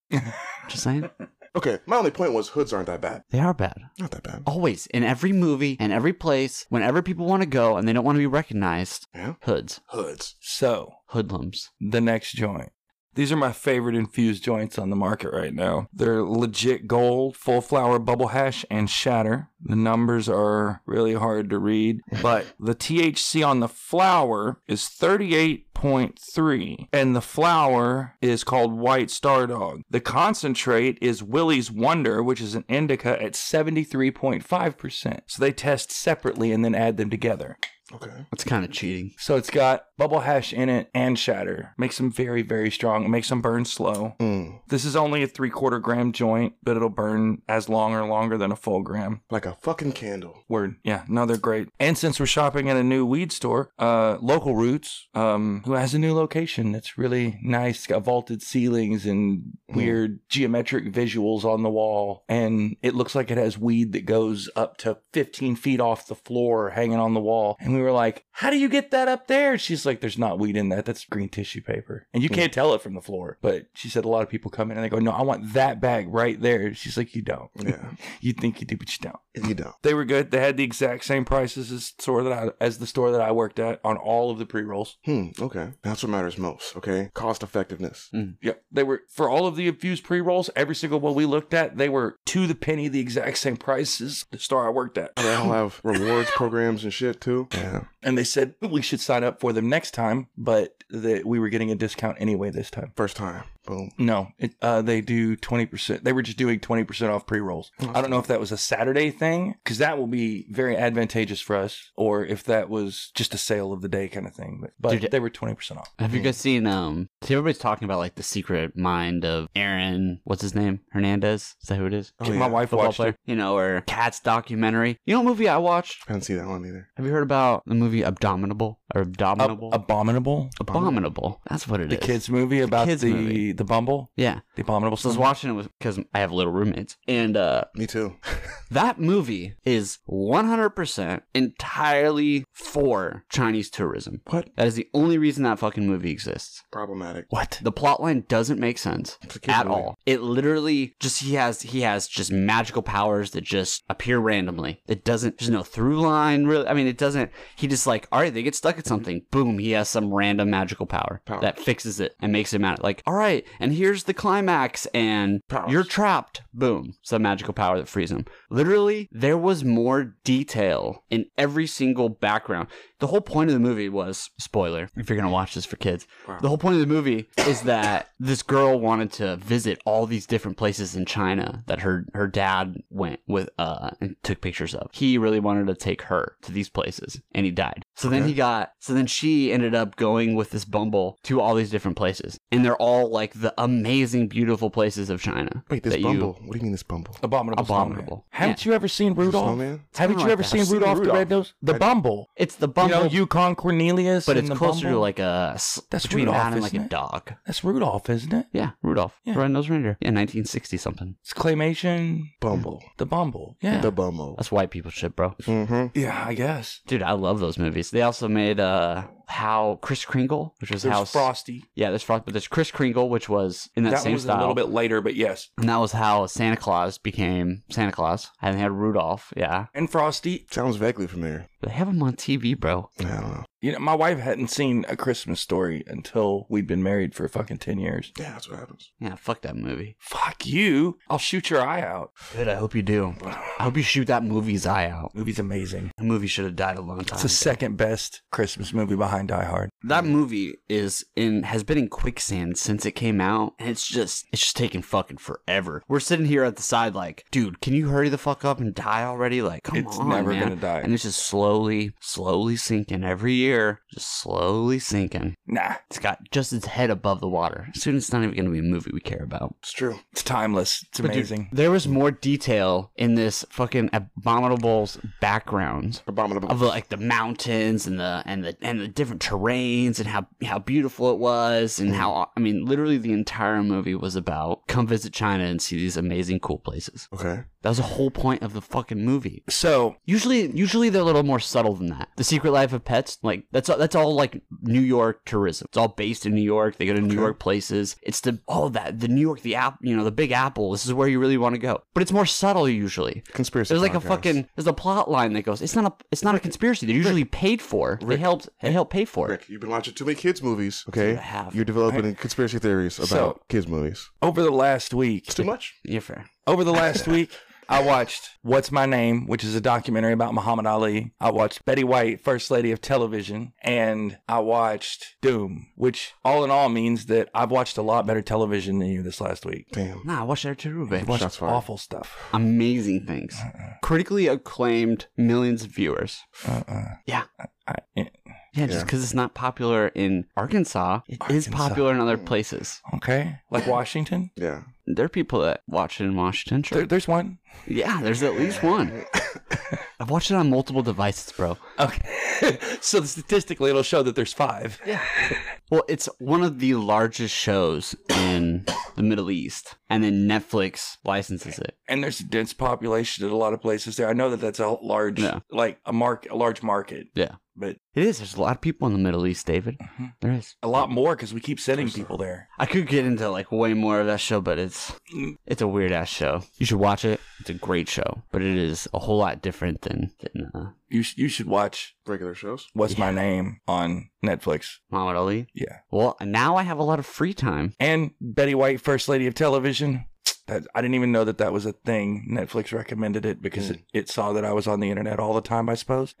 [SPEAKER 1] Just saying,
[SPEAKER 2] Okay, my only point was hoods aren't that bad.
[SPEAKER 1] they are bad.
[SPEAKER 2] Not that bad.
[SPEAKER 1] Always in every movie and every place, whenever people want to go and they don't want to be recognized,
[SPEAKER 2] Yeah,
[SPEAKER 1] hoods,
[SPEAKER 2] hoods.
[SPEAKER 3] So
[SPEAKER 1] hoodlums.
[SPEAKER 3] the next joint. These are my favorite infused joints on the market right now. They're legit gold, full flower bubble hash, and shatter. The numbers are really hard to read, but the THC on the flower is 38.3, and the flower is called White Star Dog. The concentrate is Willie's Wonder, which is an indica at 73.5%. So they test separately and then add them together.
[SPEAKER 2] Okay.
[SPEAKER 1] That's kind of cheating.
[SPEAKER 3] So it's got bubble hash in it and shatter. Makes them very, very strong. It makes them burn slow.
[SPEAKER 2] Mm,
[SPEAKER 3] This is only a three quarter gram joint, but it'll burn as long or longer than a full gram.
[SPEAKER 2] like a fucking candle.
[SPEAKER 3] Word. Yeah, no, they're great. And since we're shopping at a new weed store, uh, Local Roots, um, who has a new location that's really nice, it's got vaulted ceilings and weird geometric visuals on the wall. And it looks like it has weed that goes up to 15 feet off the floor hanging on the wall. And we were like, How do you get that up there? And she's like, There's not weed in that. That's green tissue paper. And you can't tell it from the floor. But she said, A lot of people come in and they go, No, I want that bag right there. She's like, You don't.
[SPEAKER 2] Yeah,
[SPEAKER 3] You think you do, but you don't.
[SPEAKER 2] if you don't.
[SPEAKER 3] They were good. They had the exact same prices as store that I, as the store that I worked at on all of the pre rolls.
[SPEAKER 2] Hmm. Okay, that's what matters most. Okay, cost effectiveness.
[SPEAKER 3] Yeah, they were for all of the infused pre rolls. Every single one we looked at, they were to the penny the exact same price as the store I worked at.
[SPEAKER 2] They all have rewards programs and shit too. Yeah.
[SPEAKER 3] And they said we should sign up for them next time, but that we were getting a discount anyway this time.
[SPEAKER 2] First time. Boom.
[SPEAKER 3] No, it, uh, they do 20%. They were just doing 20% off pre rolls. I don't know if that was a Saturday thing, because that will be very advantageous for us, or if that was just a sale of the day kind of thing. But, but
[SPEAKER 1] Dude,
[SPEAKER 3] they were 20% off.
[SPEAKER 1] Have you guys seen um see everybody's talking about like the secret mind of Aaron what's his name? Hernandez? Is that who it is?
[SPEAKER 2] Oh, yeah.
[SPEAKER 3] My wife
[SPEAKER 1] Football
[SPEAKER 3] watched
[SPEAKER 1] player.
[SPEAKER 3] it.
[SPEAKER 1] You know, or Cats documentary. You know what movie I watched?
[SPEAKER 2] I didn't see that one either.
[SPEAKER 1] Have you heard about the movie Abdominable? Or Abdominable?
[SPEAKER 3] Ab- abominable.
[SPEAKER 1] Abominable. That's what it is.
[SPEAKER 3] The kids movie about
[SPEAKER 1] kids
[SPEAKER 3] the
[SPEAKER 1] movie.
[SPEAKER 3] the Bumble,
[SPEAKER 1] Yeah.
[SPEAKER 3] the Abominable.
[SPEAKER 1] So I was
[SPEAKER 3] Snowman.
[SPEAKER 1] watching it with because I have little roommates. And uh
[SPEAKER 2] Me too.
[SPEAKER 1] that movie is one hundred percent entirely for Chinese tourism.
[SPEAKER 2] What?
[SPEAKER 1] That is the only reason that fucking movie exists.
[SPEAKER 2] Problematic.
[SPEAKER 3] what?
[SPEAKER 1] The plot line doesn't make sense
[SPEAKER 2] It's a kid's
[SPEAKER 1] at
[SPEAKER 2] movie.
[SPEAKER 1] all. It literally just he has he has just magical powers that just appear randomly. It doesn't there's no through line really. I mean it doesn't he just like all right they get stuck at something. Boom, he has some random magical power,
[SPEAKER 2] Power.
[SPEAKER 1] that fixes it and makes him out like all right and here's the climax and
[SPEAKER 2] Powers.
[SPEAKER 1] you're trapped. Boom, some magical power that frees him. Literally there was more detail in every single background. The whole point of the movie was spoiler if you're going to watch this for kids.
[SPEAKER 2] Wow.
[SPEAKER 1] The whole point of the movie is that this girl wanted to visit all these different places in China that her her dad went with uh and took pictures of. He really wanted to take her to these places and he died. So then
[SPEAKER 2] Okay.
[SPEAKER 1] he got so then she ended up going with this bumble to all these different places and they're all like the amazing beautiful places of China.
[SPEAKER 2] Wait, this
[SPEAKER 1] that you-
[SPEAKER 2] Bumble. What do you mean this Bumble?
[SPEAKER 3] Abominable.
[SPEAKER 1] Abominable.
[SPEAKER 3] Snowman. Haven't you ever seen
[SPEAKER 2] The
[SPEAKER 3] Rudolph?
[SPEAKER 2] Snowman.
[SPEAKER 3] Haven't
[SPEAKER 1] kinda
[SPEAKER 3] you
[SPEAKER 1] like
[SPEAKER 3] ever
[SPEAKER 1] that.
[SPEAKER 3] seen
[SPEAKER 2] I've seen
[SPEAKER 3] Rudolph, the
[SPEAKER 2] Rudolph.
[SPEAKER 3] Red Nose? The
[SPEAKER 2] I-
[SPEAKER 3] Bumble.
[SPEAKER 1] it's the bumble
[SPEAKER 3] You know, Yukon Cornelius.
[SPEAKER 1] but
[SPEAKER 3] and
[SPEAKER 1] it's
[SPEAKER 3] the
[SPEAKER 1] closer to
[SPEAKER 3] Bumble?
[SPEAKER 1] like a s-
[SPEAKER 3] That's
[SPEAKER 1] between
[SPEAKER 3] Rudolph,
[SPEAKER 1] that and like
[SPEAKER 3] isn't
[SPEAKER 1] a
[SPEAKER 3] it?
[SPEAKER 1] dog.
[SPEAKER 3] that's Rudolph, isn't it?
[SPEAKER 1] Yeah, Rudolph,
[SPEAKER 3] Yeah.
[SPEAKER 1] the Red-Nosed Reindeer. Yeah, 1960 something.
[SPEAKER 3] It's claymation.
[SPEAKER 2] Bumble.
[SPEAKER 3] The Bumble. Yeah.
[SPEAKER 2] The Bumble.
[SPEAKER 1] That's white people shit, bro.
[SPEAKER 2] Mm-hmm.
[SPEAKER 3] yeah, I guess.
[SPEAKER 1] Dude, I love those movies. They also made uh how Chris Kringle, which was
[SPEAKER 3] There's
[SPEAKER 1] House.
[SPEAKER 3] Frosty.
[SPEAKER 1] Yeah, there's Frost, but there's Chris Kringle, which was in that,
[SPEAKER 3] That
[SPEAKER 1] same
[SPEAKER 3] was
[SPEAKER 1] style.
[SPEAKER 3] a little bit later, but yes.
[SPEAKER 1] and that was how Santa Claus became Santa Claus, and they had Rudolph. Yeah,
[SPEAKER 3] And Frosty.
[SPEAKER 2] Sounds vaguely familiar.
[SPEAKER 1] They have them on TV, bro.
[SPEAKER 2] I don't know.
[SPEAKER 3] You know, my wife hadn't seen a Christmas story until we'd been married for fucking 10 years.
[SPEAKER 2] Yeah, that's what happens.
[SPEAKER 1] Yeah, fuck that movie.
[SPEAKER 3] Fuck you. I'll shoot your eye out.
[SPEAKER 1] Good. I hope you do. I hope you shoot that movie's eye out.
[SPEAKER 3] Movie's amazing.
[SPEAKER 1] The movie should have died a long time.
[SPEAKER 3] It's the second best Christmas movie behind Die Hard.
[SPEAKER 1] that movie is in has been in quicksand since it came out, and it's just it's just taking fucking forever. We're sitting here at the side, like, dude, can you hurry the fuck up and die already? Like, come
[SPEAKER 3] It's
[SPEAKER 1] on,
[SPEAKER 3] never
[SPEAKER 1] man.
[SPEAKER 3] gonna die.
[SPEAKER 1] And it's just slowly, slowly sinking every year, just slowly sinking.
[SPEAKER 3] Nah,
[SPEAKER 1] It's got just its head above the water. Soon, it's not even going to be a movie we care about.
[SPEAKER 2] It's true.
[SPEAKER 3] it's timeless. It's
[SPEAKER 1] But dude,
[SPEAKER 3] amazing.
[SPEAKER 1] there was more detail in this fucking abominable's background
[SPEAKER 2] Abominable.
[SPEAKER 1] of like the mountains and the and the and the different terrains and how how beautiful it was and how I mean literally the entire movie was about come visit China and see these amazing cool places.
[SPEAKER 2] okay.
[SPEAKER 1] That was the whole point of the fucking movie.
[SPEAKER 3] so,
[SPEAKER 1] Usually, usually they're a little more subtle than that. The Secret Life of Pets, like that's all, that's all like New York tourism. It's all based in New York. They go to New
[SPEAKER 2] Okay.
[SPEAKER 1] York places. It's the all that the New York, the app, you know, the Big Apple. This is where you really want to go. But it's more subtle usually.
[SPEAKER 2] Conspiracy.
[SPEAKER 1] There's like a
[SPEAKER 2] podcast.
[SPEAKER 1] fucking there's a plot line that goes. It's not a it's not a conspiracy. They're usually paid for. They helped they help pay for it.
[SPEAKER 2] Rick, you've been watching too many kids movies. Okay.
[SPEAKER 1] I have.
[SPEAKER 2] You're developing conspiracy theories about
[SPEAKER 3] So-
[SPEAKER 2] kids movies.
[SPEAKER 3] over the last week,
[SPEAKER 2] It's too much.
[SPEAKER 1] You're fair.
[SPEAKER 3] over the last week, I watched What's My Name, which is a documentary about Muhammad Ali. I watched Betty White, First Lady of Television, and I watched Doom, which all in all means that I've watched a lot better television than you this last week.
[SPEAKER 2] Damn.
[SPEAKER 1] Nah, watch that too,
[SPEAKER 3] I
[SPEAKER 1] babe.
[SPEAKER 3] watched
[SPEAKER 2] Shots fired.
[SPEAKER 3] awful stuff.
[SPEAKER 1] Amazing things. Critically acclaimed, millions of viewers.
[SPEAKER 3] Uh-uh.
[SPEAKER 1] Yeah.
[SPEAKER 3] I, eh,
[SPEAKER 1] Yeah, just
[SPEAKER 2] Yeah.
[SPEAKER 1] because it's not popular in Arkansas, it is
[SPEAKER 3] Arkansas.
[SPEAKER 1] popular in other places.
[SPEAKER 3] okay, like Washington.
[SPEAKER 2] Yeah.
[SPEAKER 1] There are people that watch it in Washington. Sure.
[SPEAKER 3] There, there's one.
[SPEAKER 1] yeah, there's at least one. I've watched it on multiple devices, bro.
[SPEAKER 3] Okay, so statistically, it'll show that there's five.
[SPEAKER 1] Well, it's one of the largest shows in the Middle East, and then Netflix licenses it.
[SPEAKER 3] and there's a dense population at a lot of places there. I know that that's a large,
[SPEAKER 1] Yeah.
[SPEAKER 3] like a mark, a large market.
[SPEAKER 1] Yeah.
[SPEAKER 3] but
[SPEAKER 1] It is. There's a lot of people in the Middle East, David.
[SPEAKER 3] Mhm.
[SPEAKER 1] There is.
[SPEAKER 3] a lot more because we keep sending people there.
[SPEAKER 1] I could get into like way more of that show, but it's it's a weird ass show. You should watch it. It's a great show, but it is a whole lot different than than uh,
[SPEAKER 3] You sh- you should watch
[SPEAKER 2] Regular shows.
[SPEAKER 3] What's My
[SPEAKER 1] Yeah.
[SPEAKER 3] Name on Netflix.
[SPEAKER 1] Muhammad Ali.
[SPEAKER 3] Yeah,
[SPEAKER 1] Well, now I have a lot of free time.
[SPEAKER 3] and Betty White, First Lady of Television. That I didn't even know that that was a thing. Netflix recommended it because it, it saw that I was on the internet all the time, I suppose.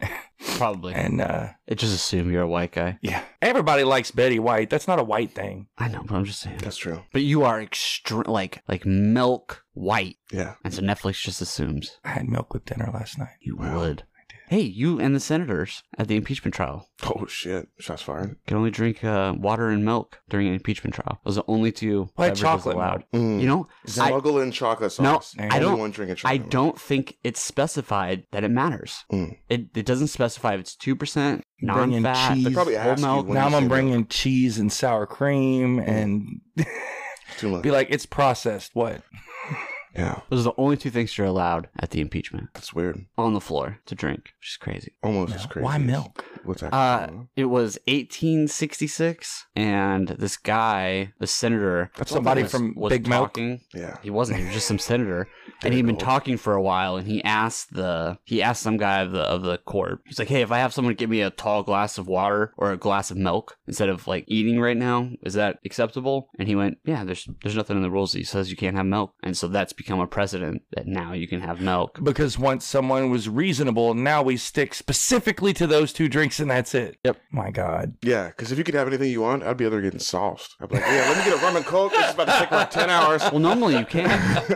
[SPEAKER 1] Probably.
[SPEAKER 3] And uh,
[SPEAKER 1] It just assume you're a white guy.
[SPEAKER 3] yeah, everybody likes Betty White. That's not a white thing.
[SPEAKER 1] I know, but I'm just saying.
[SPEAKER 2] That's true.
[SPEAKER 1] But you are extre- like like milk white,
[SPEAKER 2] Yeah.
[SPEAKER 1] and so Netflix just assumes
[SPEAKER 3] I had milk with dinner last night.
[SPEAKER 1] you
[SPEAKER 2] Wow.
[SPEAKER 1] would. Hey, you and the senators at the impeachment trial
[SPEAKER 2] Oh shit. Shots fired.
[SPEAKER 1] can only drink uh, water and milk during an impeachment trial. Those are the only two
[SPEAKER 3] Why
[SPEAKER 1] beverages
[SPEAKER 3] chocolate
[SPEAKER 1] allowed.
[SPEAKER 2] Mm.
[SPEAKER 1] You know, I-
[SPEAKER 2] Smuggle in chocolate
[SPEAKER 1] No,
[SPEAKER 2] sauce.
[SPEAKER 1] I
[SPEAKER 2] Only
[SPEAKER 1] don't-
[SPEAKER 2] One
[SPEAKER 1] I
[SPEAKER 2] drinking chocolate.
[SPEAKER 1] don't think it's specified that it matters.
[SPEAKER 2] Mm.
[SPEAKER 1] It, it doesn't specify if it's two percent
[SPEAKER 3] Bring in
[SPEAKER 1] non-fat,
[SPEAKER 3] cheese.
[SPEAKER 2] They probably
[SPEAKER 1] whole
[SPEAKER 2] ask you
[SPEAKER 1] milk.
[SPEAKER 2] when
[SPEAKER 3] now
[SPEAKER 2] you Mm-hmm.
[SPEAKER 3] I'm
[SPEAKER 2] say
[SPEAKER 3] bringing cheese and sour cream and
[SPEAKER 2] Too much.
[SPEAKER 3] be like, it's processed. What?
[SPEAKER 2] yeah.
[SPEAKER 1] Those are the only two things you're allowed at the impeachment
[SPEAKER 2] That's weird.
[SPEAKER 1] on the floor to drink, which is crazy.
[SPEAKER 2] Almost as crazy.
[SPEAKER 3] Why
[SPEAKER 2] as-
[SPEAKER 3] milk?
[SPEAKER 2] What's that?
[SPEAKER 1] Uh, it was 1866, and this guy, the senator,
[SPEAKER 2] That's
[SPEAKER 3] somebody
[SPEAKER 2] almost-
[SPEAKER 3] from
[SPEAKER 1] was
[SPEAKER 3] Big Milk.
[SPEAKER 1] talking.
[SPEAKER 2] Yeah.
[SPEAKER 1] He wasn't. He was just some senator, and he'd been
[SPEAKER 2] Typical.
[SPEAKER 1] talking for a while. And he asked the he asked some guy of the of the court. He's like, "Hey, if I have someone give me a tall glass of water or a glass of milk instead of like eating right now, is that acceptable?" And he went, "Yeah, there's there's nothing in the rules that says you can't have milk." And so that's become a precedent that now you can have milk.
[SPEAKER 3] Because once someone was reasonable, now we stick specifically to those two drinks and that's it.
[SPEAKER 1] Yep.
[SPEAKER 3] My God.
[SPEAKER 2] Yeah, because if you could have anything you want, I'd be over there getting sauced. I'd be like, yeah, let me get a rum and coke. This is about to take like 10 hours.
[SPEAKER 1] Well, normally you can.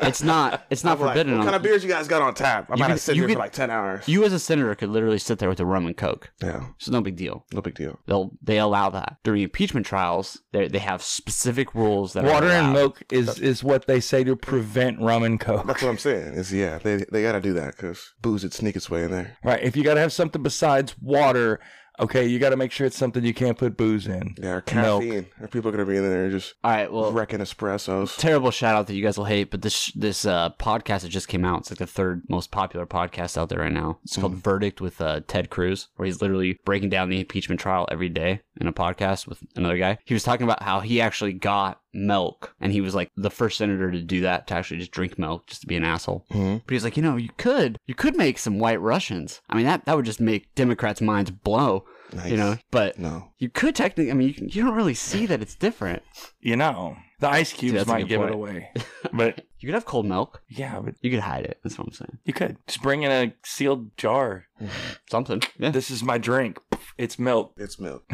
[SPEAKER 1] It's not. It's not
[SPEAKER 2] I'm like,
[SPEAKER 1] forbidden.
[SPEAKER 2] what
[SPEAKER 1] on-
[SPEAKER 2] kind of beers you guys got on tap? I'm
[SPEAKER 1] You
[SPEAKER 2] about to
[SPEAKER 1] could-
[SPEAKER 2] sit
[SPEAKER 1] you
[SPEAKER 2] here
[SPEAKER 1] could-
[SPEAKER 2] for like 10 hours.
[SPEAKER 1] You as a senator could literally sit there with a rum and coke.
[SPEAKER 2] yeah,
[SPEAKER 1] It's no big deal.
[SPEAKER 2] no big deal.
[SPEAKER 1] They'll they allow that during impeachment trials. They they have specific rules that
[SPEAKER 3] Water
[SPEAKER 1] are
[SPEAKER 3] and
[SPEAKER 1] allowed.
[SPEAKER 3] milk is, is what they say to prevent rum and coke.
[SPEAKER 2] That's what I'm saying. Is yeah, they they gotta do that because booze would sneak its way in there.
[SPEAKER 3] Right. If you got to have something besides water, okay, you got to make sure it's something you can't put booze in.
[SPEAKER 2] Yeah, or caffeine. Or people are gonna be in there just
[SPEAKER 1] All right. Well,
[SPEAKER 2] wrecking espressos.
[SPEAKER 1] terrible shout out that you guys will hate, but this this uh, podcast that just came out, it's like the third most popular podcast out there right now. It's called
[SPEAKER 3] Hmm.
[SPEAKER 1] Verdict with uh, Ted Cruz, where he's literally breaking down the impeachment trial every day in a podcast with another guy. He was talking about how he actually got milk. And he was like the first senator to do that, to actually just drink milk, just to be an asshole.
[SPEAKER 2] hmm
[SPEAKER 1] But he's like, you know, you could, you could make some white Russians. I mean, that, that would just make Democrats' minds blow,
[SPEAKER 2] Nice.
[SPEAKER 1] you know, but
[SPEAKER 2] No.
[SPEAKER 1] you could technically, I mean, you, you don't really see that it's different.
[SPEAKER 3] You know, the ice cubes
[SPEAKER 1] that's a
[SPEAKER 3] might
[SPEAKER 1] good
[SPEAKER 3] give
[SPEAKER 1] point.
[SPEAKER 3] it away. But
[SPEAKER 1] You could have cold milk.
[SPEAKER 3] yeah, but
[SPEAKER 1] You could hide it. That's what I'm saying.
[SPEAKER 3] you could just bring in a sealed jar.
[SPEAKER 1] Something. Yeah.
[SPEAKER 3] This is my drink. It's milk.
[SPEAKER 2] It's milk.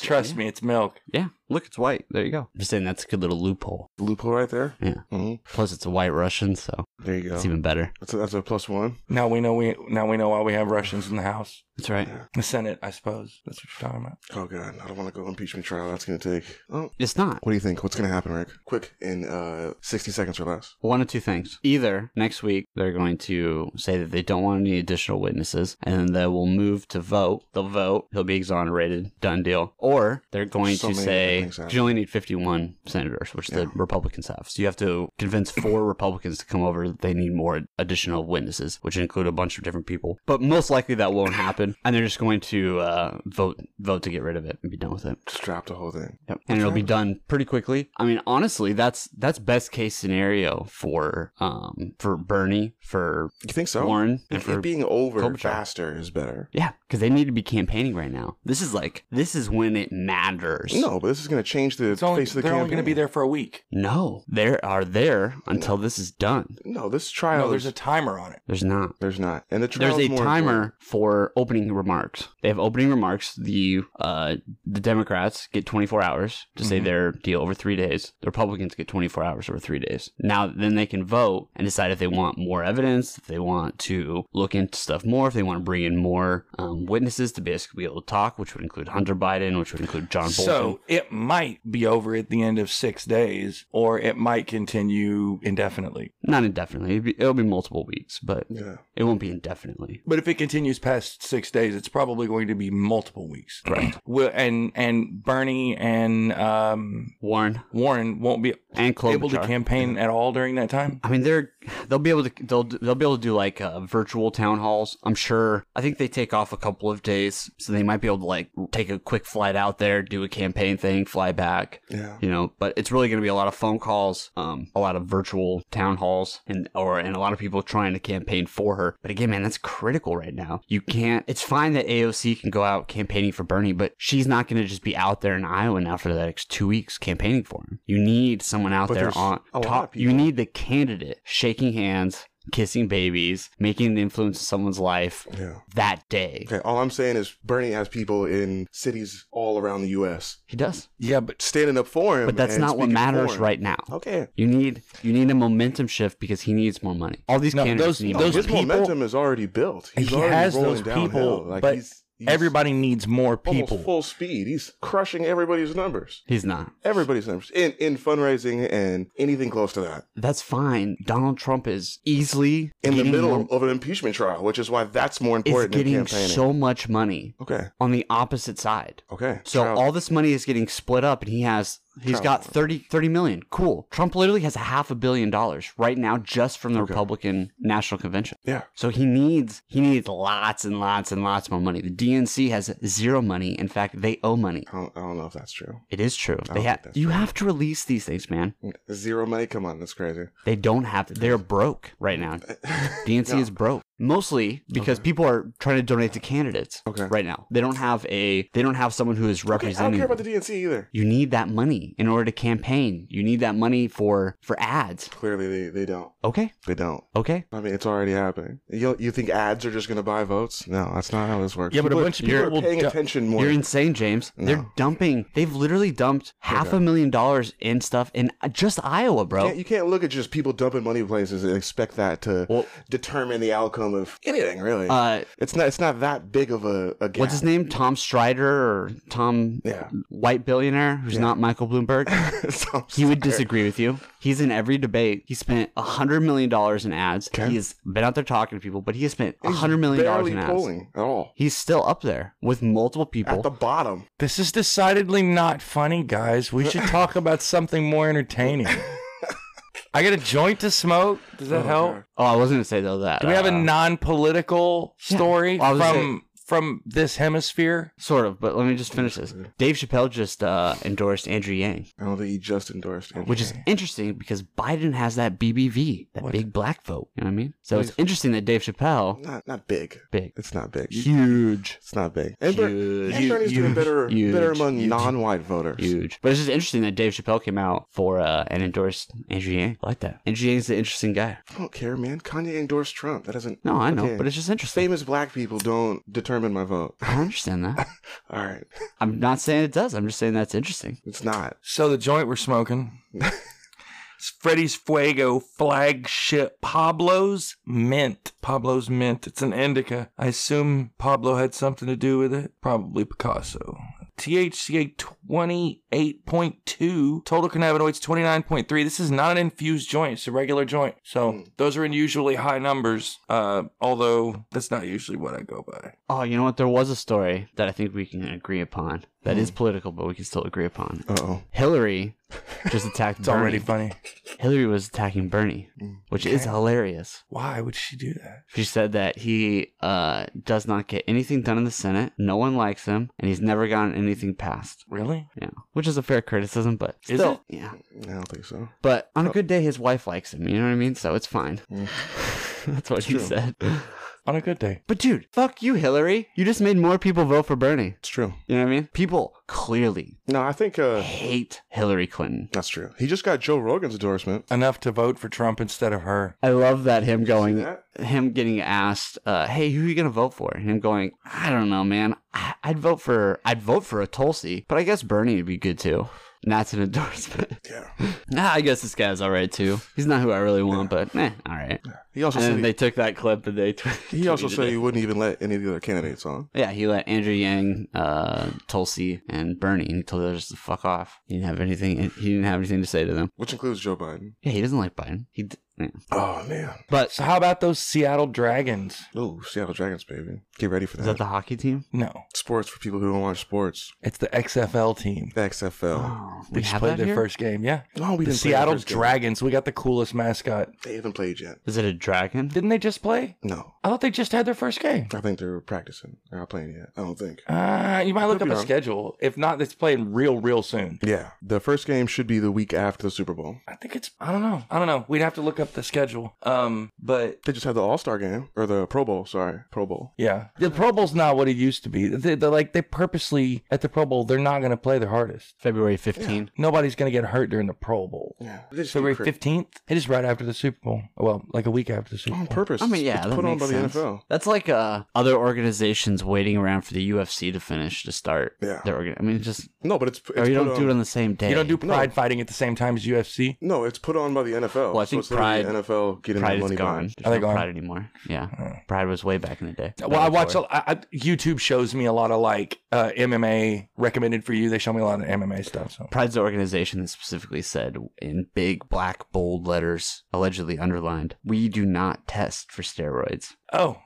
[SPEAKER 3] Trust
[SPEAKER 1] Yeah.
[SPEAKER 3] me, it's milk.
[SPEAKER 1] Yeah. Look, it's white. There you go. I'm just saying that's a good little loophole.
[SPEAKER 2] Loophole right there.
[SPEAKER 1] Yeah.
[SPEAKER 2] hmm
[SPEAKER 1] Plus, it's a white Russian, so
[SPEAKER 2] There you go.
[SPEAKER 1] it's even better.
[SPEAKER 2] That's a, that's a plus one.
[SPEAKER 3] Now we know we now we know why we have Russians in the House,
[SPEAKER 1] That's right.
[SPEAKER 3] the Senate. I suppose that's what you're talking about.
[SPEAKER 2] Oh god, I don't want to go impeachment trial. That's gonna take. Oh,
[SPEAKER 1] It's not.
[SPEAKER 2] what do you think? What's gonna happen, Rick? Quick in uh, sixty seconds or less.
[SPEAKER 1] One of two things. Either next week they're going to say that they don't want any additional witnesses, and then they will move to vote. They'll vote. He'll be exonerated. Done deal. Or they're going
[SPEAKER 2] So
[SPEAKER 1] to
[SPEAKER 2] many
[SPEAKER 1] say
[SPEAKER 2] things happen.
[SPEAKER 1] you only need 51 senators, which the
[SPEAKER 2] Yeah.
[SPEAKER 1] Republicans have. So you have to convince four Republicans to come over. They need more additional witnesses, which include a bunch of different people. But most likely that won't happen, and they're just going to uh, vote vote to get rid of it and be done with it.
[SPEAKER 2] Just drop the whole thing.
[SPEAKER 1] Yep. And it'll be done pretty quickly. I mean, honestly, that's that's best case scenario for um for Bernie for
[SPEAKER 2] You think so?
[SPEAKER 1] Warren and
[SPEAKER 2] If
[SPEAKER 1] for
[SPEAKER 2] it being over
[SPEAKER 1] Klobuchar.
[SPEAKER 2] faster is better.
[SPEAKER 1] yeah, because they need to be campaigning right now. This is like this is when it matters.
[SPEAKER 2] No, but this is gonna change the
[SPEAKER 3] It's only
[SPEAKER 2] face of the
[SPEAKER 3] they're
[SPEAKER 2] campaign.
[SPEAKER 3] only going to be there for a week.
[SPEAKER 1] no, they are there until this is done.
[SPEAKER 2] No, this trial.
[SPEAKER 3] No, there's
[SPEAKER 2] is-
[SPEAKER 3] a timer on it.
[SPEAKER 1] There's not.
[SPEAKER 2] There's not. And the trial.
[SPEAKER 1] There's a timer for opening remarks. They have opening remarks. The uh, the Democrats get 24 hours to say
[SPEAKER 3] Mhm.
[SPEAKER 1] their deal over three days. The Republicans get 24 hours over three days. Now, then they can vote and decide if they want more evidence, if they want to look into stuff more, if they want to bring in more um, witnesses to basically be able to talk, which would include Hunter Biden, which would include John Bolton.
[SPEAKER 3] So it might be over at the end of six days, or it might continue indefinitely.
[SPEAKER 1] Not indefinitely. It'd be, it'll be multiple weeks, but
[SPEAKER 2] Yeah.
[SPEAKER 1] it won't be indefinitely.
[SPEAKER 3] But if it continues past six days, it's probably going to be multiple weeks. Right. Will and and Bernie and um,
[SPEAKER 1] Warren
[SPEAKER 3] Warren won't be
[SPEAKER 1] and Klobuchar.
[SPEAKER 3] able to campaign at all during that time.
[SPEAKER 1] I mean, they're they'll be able to they'll they'll be able to do like uh, virtual town halls. I'm sure. I think they take off a couple of days, so they might be able to like take a quick flight out there, do a campaign thing, fly back.
[SPEAKER 2] Yeah.
[SPEAKER 1] You know, but it's really going to be a lot of phone calls, um, a lot of virtual town halls, and or and a lot of people trying to campaign for her. But again, man, that's critical right now. You can't. It's fine that AOC can go out campaigning for Bernie, but she's not going to just be out there in Iowa now for the next two weeks campaigning for him. You need someone out
[SPEAKER 2] But
[SPEAKER 1] there
[SPEAKER 2] there's
[SPEAKER 1] on
[SPEAKER 2] a lot
[SPEAKER 1] top.
[SPEAKER 2] of
[SPEAKER 1] You
[SPEAKER 2] people.
[SPEAKER 1] need the candidate shaking hands, kissing babies, making an influence in someone's life
[SPEAKER 2] Yeah.
[SPEAKER 1] that day.
[SPEAKER 2] Okay. All I'm saying is Bernie has people in cities all around the U.S.
[SPEAKER 1] He does,
[SPEAKER 3] Yeah, but
[SPEAKER 2] standing up for him.
[SPEAKER 1] but that's
[SPEAKER 2] and
[SPEAKER 1] not what
[SPEAKER 2] speaking
[SPEAKER 1] matters
[SPEAKER 2] for him.
[SPEAKER 1] right now.
[SPEAKER 2] Okay.
[SPEAKER 1] You need you need a momentum shift because he needs more money. All these
[SPEAKER 3] No,
[SPEAKER 1] candidates
[SPEAKER 3] those-
[SPEAKER 1] need
[SPEAKER 3] those-
[SPEAKER 1] more
[SPEAKER 2] His
[SPEAKER 1] money.
[SPEAKER 2] momentum is already built. He's
[SPEAKER 3] He
[SPEAKER 2] already
[SPEAKER 3] has
[SPEAKER 2] rolling
[SPEAKER 3] those
[SPEAKER 2] downhill.
[SPEAKER 3] people,
[SPEAKER 2] Like
[SPEAKER 3] but
[SPEAKER 2] he's, he's
[SPEAKER 3] everybody needs more
[SPEAKER 2] almost
[SPEAKER 3] people.
[SPEAKER 2] full speed. He's crushing everybody's numbers.
[SPEAKER 1] He's not.
[SPEAKER 2] Everybody's numbers in in fundraising and anything close to that.
[SPEAKER 1] That's fine. Donald Trump is easily
[SPEAKER 2] In the
[SPEAKER 1] getting
[SPEAKER 2] middle
[SPEAKER 1] more-
[SPEAKER 2] of an impeachment trial, which is why that's more
[SPEAKER 1] is
[SPEAKER 2] important than
[SPEAKER 1] getting
[SPEAKER 2] campaigning.
[SPEAKER 1] so much money
[SPEAKER 2] okay.
[SPEAKER 1] on the opposite side.
[SPEAKER 2] Okay.
[SPEAKER 1] So
[SPEAKER 2] Trial-
[SPEAKER 1] all this money is getting split up, and he has he's
[SPEAKER 2] Trump.
[SPEAKER 1] got 30, 30 million. Cool. Trump literally has a half a billion dollars right now just from the
[SPEAKER 2] Okay.
[SPEAKER 1] Republican National Convention.
[SPEAKER 2] yeah.
[SPEAKER 1] So he needs he needs lots and lots and lots more money. The DNC has zero money. In fact, they owe money.
[SPEAKER 2] I don't, I don't know if that's true.
[SPEAKER 1] It is true.
[SPEAKER 2] I
[SPEAKER 1] They
[SPEAKER 2] don't
[SPEAKER 1] ha-
[SPEAKER 2] think that's Mm.
[SPEAKER 1] you have to release these things, man.
[SPEAKER 2] Zero money. Come on, that's crazy.
[SPEAKER 1] They don't have to. They're broke right now. DNC
[SPEAKER 2] No.
[SPEAKER 1] is broke mostly because people are trying to donate to candidates
[SPEAKER 2] Okay.
[SPEAKER 1] right now. They don't have a. They don't have someone who is
[SPEAKER 2] Okay, I don't
[SPEAKER 1] representing.
[SPEAKER 2] care about the
[SPEAKER 1] them.
[SPEAKER 2] DNC either.
[SPEAKER 1] you need that money in order to campaign. You need that money for for ads.
[SPEAKER 2] Clearly, they, they don't.
[SPEAKER 1] Okay.
[SPEAKER 2] They don't.
[SPEAKER 1] Okay.
[SPEAKER 2] I mean, it's already happening. You you think ads are just going to buy votes? No, that's not how this works.
[SPEAKER 3] Yeah, but a
[SPEAKER 2] People are-
[SPEAKER 3] bunch of
[SPEAKER 2] people
[SPEAKER 3] people
[SPEAKER 2] are
[SPEAKER 3] will
[SPEAKER 2] paying
[SPEAKER 3] du-
[SPEAKER 2] attention more.
[SPEAKER 1] You're insane, James. They're
[SPEAKER 2] No.
[SPEAKER 1] dumping. They've literally dumped half a million dollars in stuff in just Iowa, bro.
[SPEAKER 2] You can't- you can't look at just people dumping money places and expect that to
[SPEAKER 1] Well-
[SPEAKER 2] determine the outcome of anything. Really,
[SPEAKER 1] uh,
[SPEAKER 2] it's not. It's not that big of a, a gap.
[SPEAKER 1] what's his name? Tom Strider or Tom
[SPEAKER 2] Yeah.
[SPEAKER 1] White billionaire who's not Michael Bloomberg.
[SPEAKER 2] So-
[SPEAKER 1] He would disagree with you. He's in every debate. He spent a hundred million dollars in ads.
[SPEAKER 2] Okay.
[SPEAKER 1] He has been out there talking to people, but he has spent a hundred million dollars
[SPEAKER 2] barely
[SPEAKER 1] in ads.
[SPEAKER 2] polling at all.
[SPEAKER 1] He's still up there with multiple people.
[SPEAKER 2] At the bottom.
[SPEAKER 3] This is decidedly not funny, guys. We should talk about something more entertaining. I got a joint to smoke.
[SPEAKER 2] Oh
[SPEAKER 3] Does that help?
[SPEAKER 1] oh, I wasn't gonna say though that.
[SPEAKER 3] Do we have a
[SPEAKER 1] uh,
[SPEAKER 3] non-political story
[SPEAKER 1] I was gonna
[SPEAKER 3] from from this hemisphere.
[SPEAKER 1] Sort of, but let me just finish this. Dave Chappelle just uh, endorsed Andrew Yang,
[SPEAKER 2] I don't think he just endorsed Andrew
[SPEAKER 1] which is
[SPEAKER 2] Yang.
[SPEAKER 1] interesting because Biden has that BBV, that
[SPEAKER 3] What?
[SPEAKER 1] big black vote. You know what I mean? So it's interesting that Dave Chappelle,
[SPEAKER 2] not not big.
[SPEAKER 1] big,
[SPEAKER 2] It's not big.
[SPEAKER 1] huge,
[SPEAKER 2] It's not big. And, Ber-
[SPEAKER 1] Huge.
[SPEAKER 2] and Bernie's doing
[SPEAKER 1] Huge.
[SPEAKER 2] better
[SPEAKER 1] Huge.
[SPEAKER 2] better among
[SPEAKER 1] Huge.
[SPEAKER 2] non-white voters.
[SPEAKER 1] huge. But it's just interesting that Dave Chappelle came out for uh, and endorsed Andrew Yang. I like that. Andrew Yang's an interesting guy.
[SPEAKER 2] I don't care, man. Kanye endorsed Trump. That doesn't.
[SPEAKER 1] No, I know,
[SPEAKER 2] Okay.
[SPEAKER 1] but it's just interesting.
[SPEAKER 2] Famous black people don't determine my vote.
[SPEAKER 1] I understand that.
[SPEAKER 2] All right,
[SPEAKER 1] I'm not saying it does. I'm just saying that's interesting.
[SPEAKER 2] it's not.
[SPEAKER 3] So the joint we're smoking is Freddy's Fuego flagship Pablo's Mint. Pablo's Mint. It's an indica. I assume Pablo had something to do with it. Probably Picasso. THCA 28.2, total cannabinoids 29.3. This is not an infused joint, it's a regular joint. So those are unusually high numbers, uh, although that's not usually what I go by.
[SPEAKER 1] Oh, you know what? There was a story that I think we can agree upon. That is
[SPEAKER 3] Hmm.
[SPEAKER 1] political, but we can still agree upon.
[SPEAKER 2] Uh oh.
[SPEAKER 1] Hillary just attacked
[SPEAKER 3] It's
[SPEAKER 1] Bernie.
[SPEAKER 3] already funny.
[SPEAKER 1] Hillary was attacking Bernie, which is
[SPEAKER 3] Okay.
[SPEAKER 1] hilarious.
[SPEAKER 3] Why would she do that?
[SPEAKER 1] She said that he uh, does not get anything done in the Senate. No one likes him, and he's never gotten anything passed.
[SPEAKER 3] Really?
[SPEAKER 1] Yeah, which is a fair criticism, but
[SPEAKER 3] Is
[SPEAKER 1] still,
[SPEAKER 3] it?
[SPEAKER 1] yeah.
[SPEAKER 2] I don't think so.
[SPEAKER 1] But on a good day, his wife likes him. You know what I mean? So it's fine. That's what he
[SPEAKER 2] true.
[SPEAKER 1] said.
[SPEAKER 3] On a good day.
[SPEAKER 1] But dude, fuck you, Hillary. You just made more people vote for Bernie.
[SPEAKER 2] It's true.
[SPEAKER 1] You know what I mean? People clearly
[SPEAKER 2] No, I think uh,
[SPEAKER 1] hate Hillary Clinton.
[SPEAKER 2] that's true. He just got Joe Rogan's endorsement.
[SPEAKER 3] enough to vote for Trump instead of her.
[SPEAKER 1] I love that him going,
[SPEAKER 2] that?
[SPEAKER 1] him getting asked, uh, "Hey, who are you gonna vote for?" And him going, "I don't know, man. I- I'd vote for, I'd vote for a Tulsi, but I guess Bernie would be good too." And that's an endorsement.
[SPEAKER 2] Yeah.
[SPEAKER 1] nah, I guess this guy's all right too. He's not who I really want, but eh, all right.
[SPEAKER 2] He also
[SPEAKER 1] And then
[SPEAKER 2] said
[SPEAKER 1] they took that clip and they. tweeted
[SPEAKER 2] he, he also
[SPEAKER 1] tweeted
[SPEAKER 2] said
[SPEAKER 1] it.
[SPEAKER 2] he wouldn't even let any of the other candidates on.
[SPEAKER 1] Yeah, he let Andrew Yang, uh, Tulsi, and Bernie. And he told others to fuck off. He didn't have anything. He didn't have anything to say to them.
[SPEAKER 2] which includes Joe Biden.
[SPEAKER 1] Yeah, he doesn't like Biden. He, d- yeah.
[SPEAKER 2] Oh man.
[SPEAKER 1] but
[SPEAKER 3] So how about those Seattle Dragons?
[SPEAKER 2] Oh, Seattle Dragons, baby. Get ready for
[SPEAKER 1] is that
[SPEAKER 2] that.
[SPEAKER 1] the hockey team?
[SPEAKER 3] No,
[SPEAKER 2] sports for people who don't watch sports.
[SPEAKER 3] it's the XFL team.
[SPEAKER 2] The XFL.
[SPEAKER 1] Oh,
[SPEAKER 3] They
[SPEAKER 1] we
[SPEAKER 3] just
[SPEAKER 1] have
[SPEAKER 3] played
[SPEAKER 1] that
[SPEAKER 3] their
[SPEAKER 1] here?
[SPEAKER 3] first game. Yeah,
[SPEAKER 2] No, we
[SPEAKER 3] the
[SPEAKER 2] didn't. play
[SPEAKER 3] Seattle
[SPEAKER 2] first game.
[SPEAKER 3] Dragons. We got the coolest mascot.
[SPEAKER 2] They haven't played yet.
[SPEAKER 1] Is it a dragon?
[SPEAKER 3] Didn't they just play?
[SPEAKER 2] No,
[SPEAKER 3] I thought they just had their first game.
[SPEAKER 2] I think they're practicing. They're not playing yet. I don't think.
[SPEAKER 3] Uh, you might look
[SPEAKER 2] Could
[SPEAKER 3] up
[SPEAKER 2] be
[SPEAKER 3] a
[SPEAKER 2] wrong.
[SPEAKER 3] schedule. If not, it's playing real, real soon.
[SPEAKER 2] Yeah, the first game should be the week after the Super Bowl.
[SPEAKER 3] I think it's. I don't know. I don't know. We'd have to look up the schedule. Um, but
[SPEAKER 2] They just had the All Star game or the Pro Bowl. Sorry, Pro Bowl.
[SPEAKER 3] yeah, the Pro Bowl's not what it used to be. They, they're like they purposely at the Pro Bowl. They're not going to play their hardest.
[SPEAKER 1] February 15th.
[SPEAKER 3] Nobody's going to get hurt during the Pro Bowl.
[SPEAKER 2] Yeah, they just
[SPEAKER 3] February
[SPEAKER 2] need cra-
[SPEAKER 3] fifteenth. It is right after the Super Bowl. Well, like a week after the Super
[SPEAKER 2] on
[SPEAKER 3] Bowl.
[SPEAKER 2] purpose.
[SPEAKER 1] I mean, yeah,
[SPEAKER 2] It's
[SPEAKER 1] that
[SPEAKER 2] put on
[SPEAKER 1] makes
[SPEAKER 2] by
[SPEAKER 1] sense.
[SPEAKER 2] the NFL.
[SPEAKER 1] That's like uh, other organizations waiting around for the UFC to finish to start.
[SPEAKER 2] Yeah.
[SPEAKER 1] Their organ- I mean, it's just
[SPEAKER 2] No, but it's, it's
[SPEAKER 1] or you
[SPEAKER 2] put
[SPEAKER 1] don't do
[SPEAKER 2] on-
[SPEAKER 1] it on the same day.
[SPEAKER 3] You don't do
[SPEAKER 2] No.
[SPEAKER 3] pride fighting at the same time as UFC.
[SPEAKER 2] No, it's put on by the NFL.
[SPEAKER 1] Well, I
[SPEAKER 2] so
[SPEAKER 1] think
[SPEAKER 2] it's literally
[SPEAKER 1] Pride-
[SPEAKER 2] the NFL getting
[SPEAKER 1] Pride
[SPEAKER 2] their
[SPEAKER 1] is
[SPEAKER 2] money
[SPEAKER 1] gone.
[SPEAKER 2] behind.
[SPEAKER 1] There's
[SPEAKER 3] Are they
[SPEAKER 1] no
[SPEAKER 3] gone?
[SPEAKER 1] Pride anymore. Yeah, Pride was way back in the day.
[SPEAKER 3] Well, I watch.
[SPEAKER 1] Before.
[SPEAKER 3] A, I, I, YouTube shows me a lot of like uh, MMA recommended for you. They show me a lot of MMA stuff. So
[SPEAKER 1] Pride's the organization that specifically said in big black bold letters, allegedly underlined, "We do not test for steroids."
[SPEAKER 3] oh,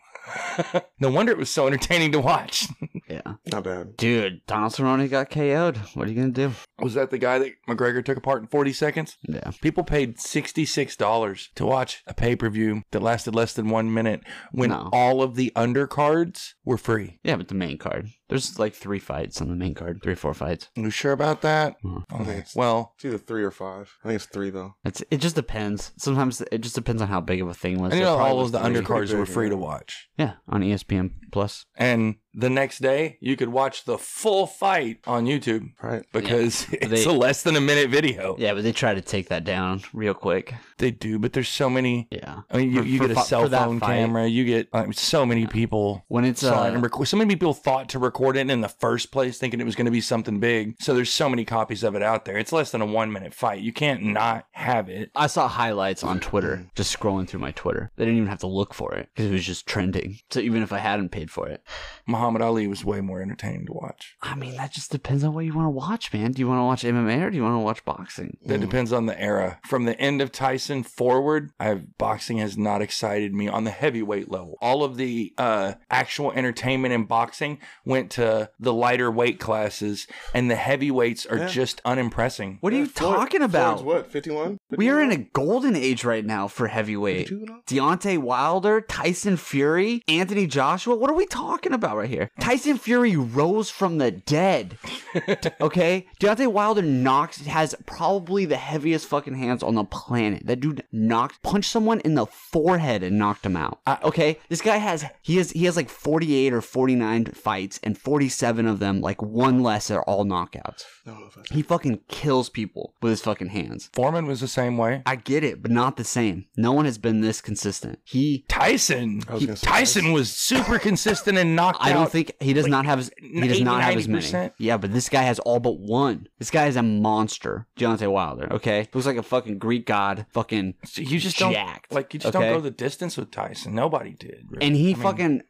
[SPEAKER 3] no wonder it was so entertaining to watch.
[SPEAKER 1] Yeah,
[SPEAKER 2] Not bad.
[SPEAKER 1] dude, Donald Cerrone got KO'd. What are you gonna do?
[SPEAKER 3] was that the guy that McGregor took apart in forty seconds?
[SPEAKER 1] Yeah,
[SPEAKER 3] People paid $66 to watch a pay per view that lasted less than one minute when
[SPEAKER 1] No.
[SPEAKER 3] all of the undercards were free.
[SPEAKER 1] yeah, but the main card. There's like three fights on the main card. Three, or four fights.
[SPEAKER 3] You sure about that?
[SPEAKER 1] Mhm.
[SPEAKER 3] Okay. Well,
[SPEAKER 2] It's either three or five. I think it's three though.
[SPEAKER 1] It's it just depends. Sometimes it just depends on how big of a thing was.
[SPEAKER 3] I
[SPEAKER 1] It
[SPEAKER 3] knew
[SPEAKER 1] probably
[SPEAKER 3] all
[SPEAKER 1] was
[SPEAKER 3] of the
[SPEAKER 1] three.
[SPEAKER 3] undercards were
[SPEAKER 2] big,
[SPEAKER 3] free
[SPEAKER 2] yeah.
[SPEAKER 3] to watch.
[SPEAKER 1] Yeah, on E ESPN Plus.
[SPEAKER 3] And the next day, you could watch the full fight on YouTube
[SPEAKER 2] Right.
[SPEAKER 3] because it's
[SPEAKER 1] They-
[SPEAKER 3] a less than a minute video.
[SPEAKER 1] Yeah, but they try to take that down real quick.
[SPEAKER 3] They do, but there's so many.
[SPEAKER 1] Yeah.
[SPEAKER 3] I mean, you,
[SPEAKER 1] For-
[SPEAKER 3] you
[SPEAKER 1] for
[SPEAKER 3] get a
[SPEAKER 1] fi-
[SPEAKER 3] cell
[SPEAKER 1] for that
[SPEAKER 3] phone
[SPEAKER 1] fight.
[SPEAKER 3] camera. You get um, so many people
[SPEAKER 1] When it's
[SPEAKER 3] saw it
[SPEAKER 1] uh,
[SPEAKER 3] and record. So many people thought to record it in the first place, thinking it was going to be something big. So there's so many copies of it out there. It's less than a one minute fight. You can't not have it.
[SPEAKER 1] I saw highlights on Twitter, just scrolling through my Twitter. They didn't even have to look for it because it was just trending. So even if I hadn't paid for it,
[SPEAKER 3] Muhammad Ali was way more entertaining to watch.
[SPEAKER 1] I mean that just depends on what you want to watch, man. Do you want to watch MMA or do you want to watch boxing?
[SPEAKER 3] That depends on the era. From the end of Tyson forward, I've boxing has not excited me on the heavyweight level. All of the uh, actual entertainment in boxing went to the lighter weight classes, and the heavyweights are
[SPEAKER 2] Yeah.
[SPEAKER 3] just unimpressing.
[SPEAKER 1] What are you
[SPEAKER 2] Floyd-
[SPEAKER 1] talking about?
[SPEAKER 2] Floyd's what? Fifty-one.
[SPEAKER 1] we are in a golden age right now for heavyweight.
[SPEAKER 2] Fifty-two now?
[SPEAKER 1] Deontay Wilder, Tyson Fury, Anthony Joshua. What are we talking about right of here. Tyson Fury rose from the dead. okay? Deontay Wilder knocks, has probably the heaviest fucking hands on the planet. That dude knocked, punched someone in the forehead and knocked him out. Uh, okay? This guy has, he has, he has like 48 or 49 fights and 47 of them, like one less are all knockouts.
[SPEAKER 2] No, that's-
[SPEAKER 1] He fucking kills people with his fucking hands.
[SPEAKER 3] Foreman was the same way.
[SPEAKER 1] I get it, but not the same. No one has been this consistent. He,
[SPEAKER 3] Tyson.
[SPEAKER 2] I was gonna say
[SPEAKER 3] Tyson was super consistent and knocked
[SPEAKER 1] I don't
[SPEAKER 3] out.
[SPEAKER 1] think he does not have as he does
[SPEAKER 3] 80,
[SPEAKER 1] not have as
[SPEAKER 3] 90%.
[SPEAKER 1] many. Yeah, but this guy has all but one. This guy is a monster, Deontay Wilder. Okay, looks like a fucking Greek god. Fucking
[SPEAKER 3] you just don't
[SPEAKER 1] jacked,
[SPEAKER 3] like you just
[SPEAKER 1] okay?
[SPEAKER 3] don't go the distance with Tyson. Nobody did. really.
[SPEAKER 1] and he
[SPEAKER 3] I mean,
[SPEAKER 1] fucking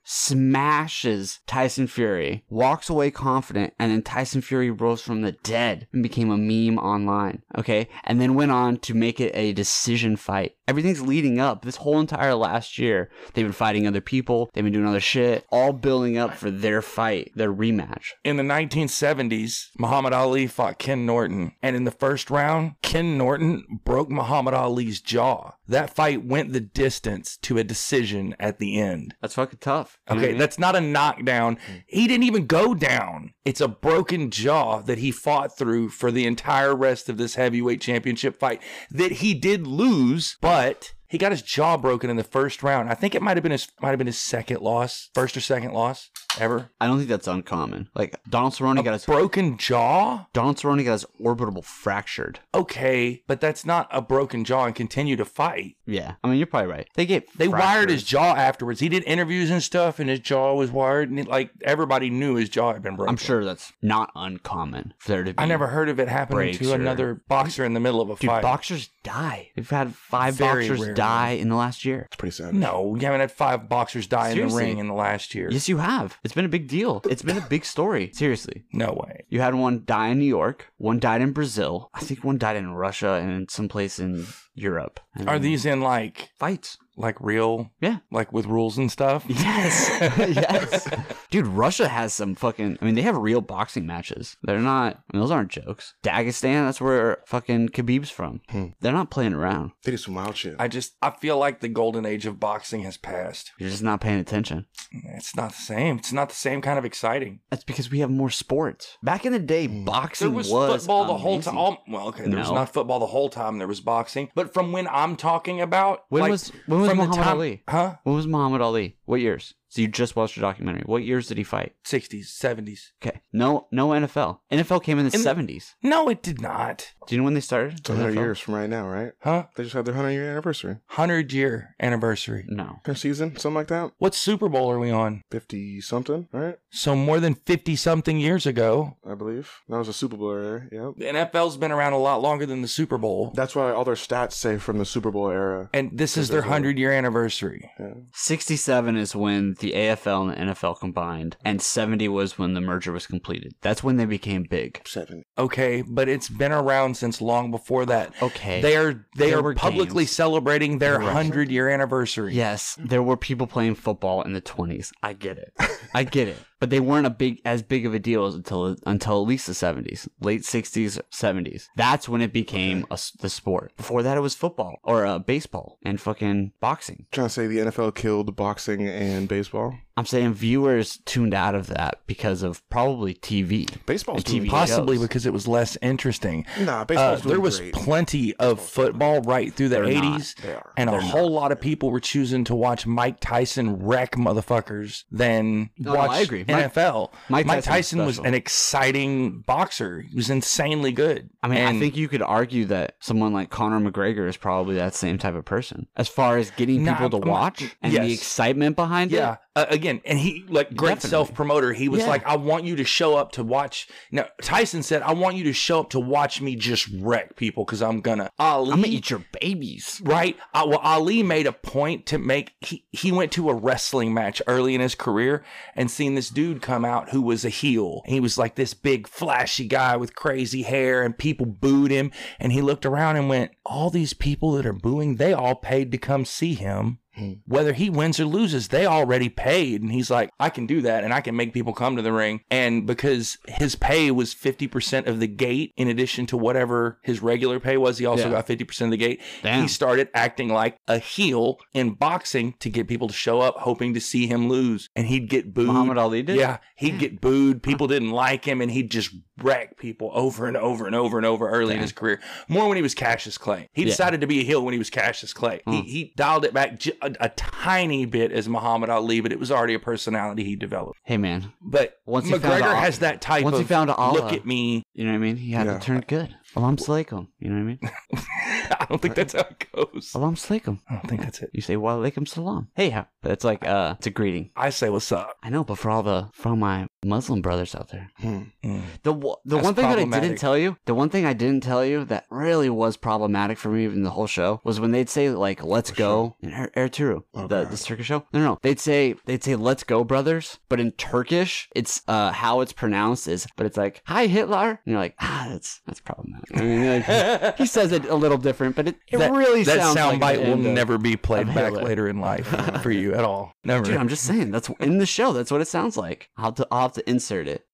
[SPEAKER 1] smashes Tyson Fury, walks away confident, and then Tyson Fury rose from the dead and became a meme online. Okay, and then went on to make it a decision fight. Everything's leading up. This whole entire last year, they've been fighting other people. They've been doing other shit, all building up for their fight, their rematch.
[SPEAKER 3] in the 1970s, Muhammad Ali fought Ken Norton, and in the first round, Ken Norton broke Muhammad Ali's jaw. That fight went the distance to a decision at the end.
[SPEAKER 1] That's fucking tough. You know what I
[SPEAKER 3] Okay,
[SPEAKER 1] mean?
[SPEAKER 3] that's not a knockdown. He didn't even go down. It's a broken jaw that he fought through for the entire rest of this heavyweight championship fight that he did lose, but he got his jaw broken in the first round. I think it might have been his might have been his second loss, first or second loss ever.
[SPEAKER 1] I don't think that's uncommon. Like Donald Cerrone got his
[SPEAKER 3] Broken jaw?
[SPEAKER 1] Donald Cerrone got his orbital fractured.
[SPEAKER 3] Okay, but that's not a broken jaw and continue to fight.
[SPEAKER 1] Yeah, I mean you're probably right. They get
[SPEAKER 3] They wired his jaw afterwards. He did interviews and stuff, and his jaw was wired, and it, like everybody knew his jaw had been broken.
[SPEAKER 1] I'm sure that's not uncommon for there to be.
[SPEAKER 3] I never heard of it happening
[SPEAKER 1] breaks
[SPEAKER 3] to
[SPEAKER 1] or-
[SPEAKER 3] another boxer in the middle of a
[SPEAKER 1] Dude,
[SPEAKER 3] fight.
[SPEAKER 1] boxers die. We've had five
[SPEAKER 3] Very
[SPEAKER 1] boxers
[SPEAKER 3] rarely.
[SPEAKER 1] die in the last year.
[SPEAKER 2] pretty sad.
[SPEAKER 3] no, you haven't had five boxers die
[SPEAKER 1] Seriously?
[SPEAKER 3] in the ring in the last year.
[SPEAKER 1] Yes, you have. It's been a big deal. It's been a big story. Seriously.
[SPEAKER 3] No way.
[SPEAKER 1] You had one die in New York, one died in Brazil. I think one died in Russia and in some place in Europe. And
[SPEAKER 3] Are these in like
[SPEAKER 1] fights?
[SPEAKER 3] like real,
[SPEAKER 1] Yeah.
[SPEAKER 3] like with rules and stuff?
[SPEAKER 1] Yes. yes. Dude, Russia has some fucking I mean, they have real boxing matches. They're not I mean, those aren't jokes. Dagestan, that's where fucking Khabib's from.
[SPEAKER 3] Hmm.
[SPEAKER 1] They're not playing around.
[SPEAKER 2] They did some wild shit.
[SPEAKER 3] I just I feel like the golden age of boxing has passed.
[SPEAKER 1] You're just not paying attention.
[SPEAKER 3] It's not the same. It's not the same kind of exciting.
[SPEAKER 1] That's because we have more sports. Back in the day,
[SPEAKER 3] There
[SPEAKER 1] boxing
[SPEAKER 3] was,
[SPEAKER 1] was
[SPEAKER 3] football the whole
[SPEAKER 1] amazing.
[SPEAKER 3] time. All, well, okay, there was
[SPEAKER 1] No.
[SPEAKER 3] not football the whole time. There was boxing, but from when I'm talking about,
[SPEAKER 1] When
[SPEAKER 3] like,
[SPEAKER 1] was when was
[SPEAKER 3] from the
[SPEAKER 1] Muhammad
[SPEAKER 3] time-
[SPEAKER 1] Ali?
[SPEAKER 3] Huh?
[SPEAKER 1] When was Muhammad Ali? What years? So you just watched a documentary. What years did he fight?
[SPEAKER 3] 60s, 70s.
[SPEAKER 1] Okay. No no NFL. NFL came in the
[SPEAKER 3] In the-
[SPEAKER 1] 70ties.
[SPEAKER 3] No, it did not.
[SPEAKER 1] Do you know when they started?
[SPEAKER 2] It's 100
[SPEAKER 1] NFL?
[SPEAKER 2] years from right now, right?
[SPEAKER 3] Huh?
[SPEAKER 2] They just had their 100 year anniversary.
[SPEAKER 3] Hundred year anniversary.
[SPEAKER 1] No.
[SPEAKER 2] Their season, something like that.
[SPEAKER 3] What Super Bowl are we on?
[SPEAKER 2] 50 something, right?
[SPEAKER 3] So more than fifty something years ago.
[SPEAKER 2] I believe. That was a Super Bowl era. Yep.
[SPEAKER 3] The NFL's been around a lot longer than the Super Bowl,
[SPEAKER 2] That's why all their stats say from the Super Bowl era.
[SPEAKER 3] and this is their hundred year anniversary.
[SPEAKER 2] Yeah.
[SPEAKER 1] 67 is when the AFL and the NFL combined, and 70 was when the merger was completed. That's when they became big.
[SPEAKER 2] Seven.
[SPEAKER 3] Okay, but it's been around since long before that.
[SPEAKER 1] Okay.
[SPEAKER 3] They are they
[SPEAKER 1] There
[SPEAKER 3] are
[SPEAKER 1] were
[SPEAKER 3] publicly
[SPEAKER 1] games.
[SPEAKER 3] celebrating their hundred year anniversary.
[SPEAKER 1] yes, there were people playing football in the 20s. I get it. I get it. But they weren't a big as big of a deal as until until at least the 70s, late 60s, 70s. That's when it became a s the sport. Before that, it was football or uh, baseball and fucking boxing.
[SPEAKER 2] Trying to say the NFL killed boxing and baseball.
[SPEAKER 1] I'm saying viewers tuned out of that because of probably TV.
[SPEAKER 2] Baseball's
[SPEAKER 1] And
[SPEAKER 2] doing
[SPEAKER 1] TV.
[SPEAKER 3] Possibly
[SPEAKER 1] shows.
[SPEAKER 3] because it was less interesting.
[SPEAKER 2] Nah,
[SPEAKER 3] Uh,
[SPEAKER 2] baseball's doing
[SPEAKER 3] there was
[SPEAKER 2] great.
[SPEAKER 3] plenty of football right through the
[SPEAKER 1] They're not.
[SPEAKER 3] 80s,
[SPEAKER 2] They are.
[SPEAKER 3] and a whole lot of people were choosing to watch Mike Tyson wreck motherfuckers than
[SPEAKER 1] No, no,
[SPEAKER 3] watch
[SPEAKER 1] I agree. Mike-
[SPEAKER 3] NFL.
[SPEAKER 1] Mike
[SPEAKER 3] Mike,
[SPEAKER 1] Tyson was
[SPEAKER 3] Tyson was
[SPEAKER 1] special.
[SPEAKER 3] an exciting boxer. He was insanely good.
[SPEAKER 1] I mean, I
[SPEAKER 3] And
[SPEAKER 1] think you could argue that someone like Conor McGregor is probably that same type of person as far as getting
[SPEAKER 3] Nah,
[SPEAKER 1] people to
[SPEAKER 3] I'm not-
[SPEAKER 1] watch and the
[SPEAKER 3] yes.
[SPEAKER 1] excitement behind
[SPEAKER 3] Yeah.
[SPEAKER 1] it.
[SPEAKER 3] Uh, again, and he like great
[SPEAKER 1] Definitely.
[SPEAKER 3] self promoter. He was
[SPEAKER 1] Yeah.
[SPEAKER 3] like, "I want you to show up to watch." Now Tyson said, "I want you to show up to watch me just wreck people because I'm gonna." Ali,
[SPEAKER 1] I'm gonna eat your babies.
[SPEAKER 3] Right. Uh, well, Ali made a point to make he, he went to a wrestling match early in his career and seen this dude come out who was a heel. He was like this big flashy guy with crazy hair and people booed him and he looked around and went, "All these people that are booing, they all paid to come see him."
[SPEAKER 2] Hmm.
[SPEAKER 3] Whether he wins or loses, they already paid. And he's like, I can do that and I can make people come to the ring. And because his pay was 50% of the gate, in addition to whatever his regular pay was, he also
[SPEAKER 1] Yeah.
[SPEAKER 3] got 50% of the gate.
[SPEAKER 1] Damn.
[SPEAKER 3] He started acting like a heel in boxing to get people to show up, hoping to see him lose. And he'd get booed.
[SPEAKER 1] Muhammad Ali did?
[SPEAKER 3] Yeah, he'd get booed. People didn't like him, and he'd just wreck people over and over and over and over early in
[SPEAKER 1] Damn.
[SPEAKER 3] his career. More when he was Cassius Clay. He
[SPEAKER 1] Yeah.
[SPEAKER 3] decided to be a heel when he was Cassius Clay. He,
[SPEAKER 1] Hmm.
[SPEAKER 3] he dialed it back j- a, a tiny bit as Muhammad Ali, but it was already a personality he developed.
[SPEAKER 1] Hey, man.
[SPEAKER 3] But
[SPEAKER 1] Once he found
[SPEAKER 3] McGregor
[SPEAKER 1] Allah-
[SPEAKER 3] has that type
[SPEAKER 1] once he
[SPEAKER 3] of
[SPEAKER 1] found Allah.
[SPEAKER 3] look at me.
[SPEAKER 1] You know what I mean? He had
[SPEAKER 2] Yeah.
[SPEAKER 1] to turn good. Alam Salaikum. You know what I mean?
[SPEAKER 3] I don't think that's how it goes.
[SPEAKER 1] Alam Salaikum.
[SPEAKER 3] I don't think that's it.
[SPEAKER 1] You say Wa Alaikum Salam. Hey, how? But it's like, uh, it's a greeting.
[SPEAKER 3] I say what's up.
[SPEAKER 1] I know, but for all the, for all my Muslim brothers out there.
[SPEAKER 2] Hmm.
[SPEAKER 3] Mm.
[SPEAKER 1] The, w- the
[SPEAKER 3] That's
[SPEAKER 1] one thing that I didn't
[SPEAKER 3] problematic.
[SPEAKER 1] tell you, the one thing I didn't tell you that really was problematic for me in the whole show was when they'd say like "Let's
[SPEAKER 2] What
[SPEAKER 1] go" in Air, Air Turu,
[SPEAKER 2] Oh,
[SPEAKER 1] the,
[SPEAKER 2] God.
[SPEAKER 1] the Turkish show. No, no, no, they'd say they'd say "Let's go, brothers," but in Turkish, it's uh how it's pronounced is, but it's like "Hi Hitler," and you're like, ah, that's that's problematic. I mean, like, he says it a little different, but it, it
[SPEAKER 3] That-
[SPEAKER 1] really
[SPEAKER 3] That
[SPEAKER 1] sounds
[SPEAKER 3] soundbite
[SPEAKER 1] like
[SPEAKER 3] will
[SPEAKER 1] an end of-
[SPEAKER 3] never be played
[SPEAKER 1] of
[SPEAKER 3] back
[SPEAKER 1] Hitler.
[SPEAKER 3] later in life for you at all. Never.
[SPEAKER 1] Dude, I'm just saying that's in the show. That's what it sounds like. I'll have to, I'll have to insert it.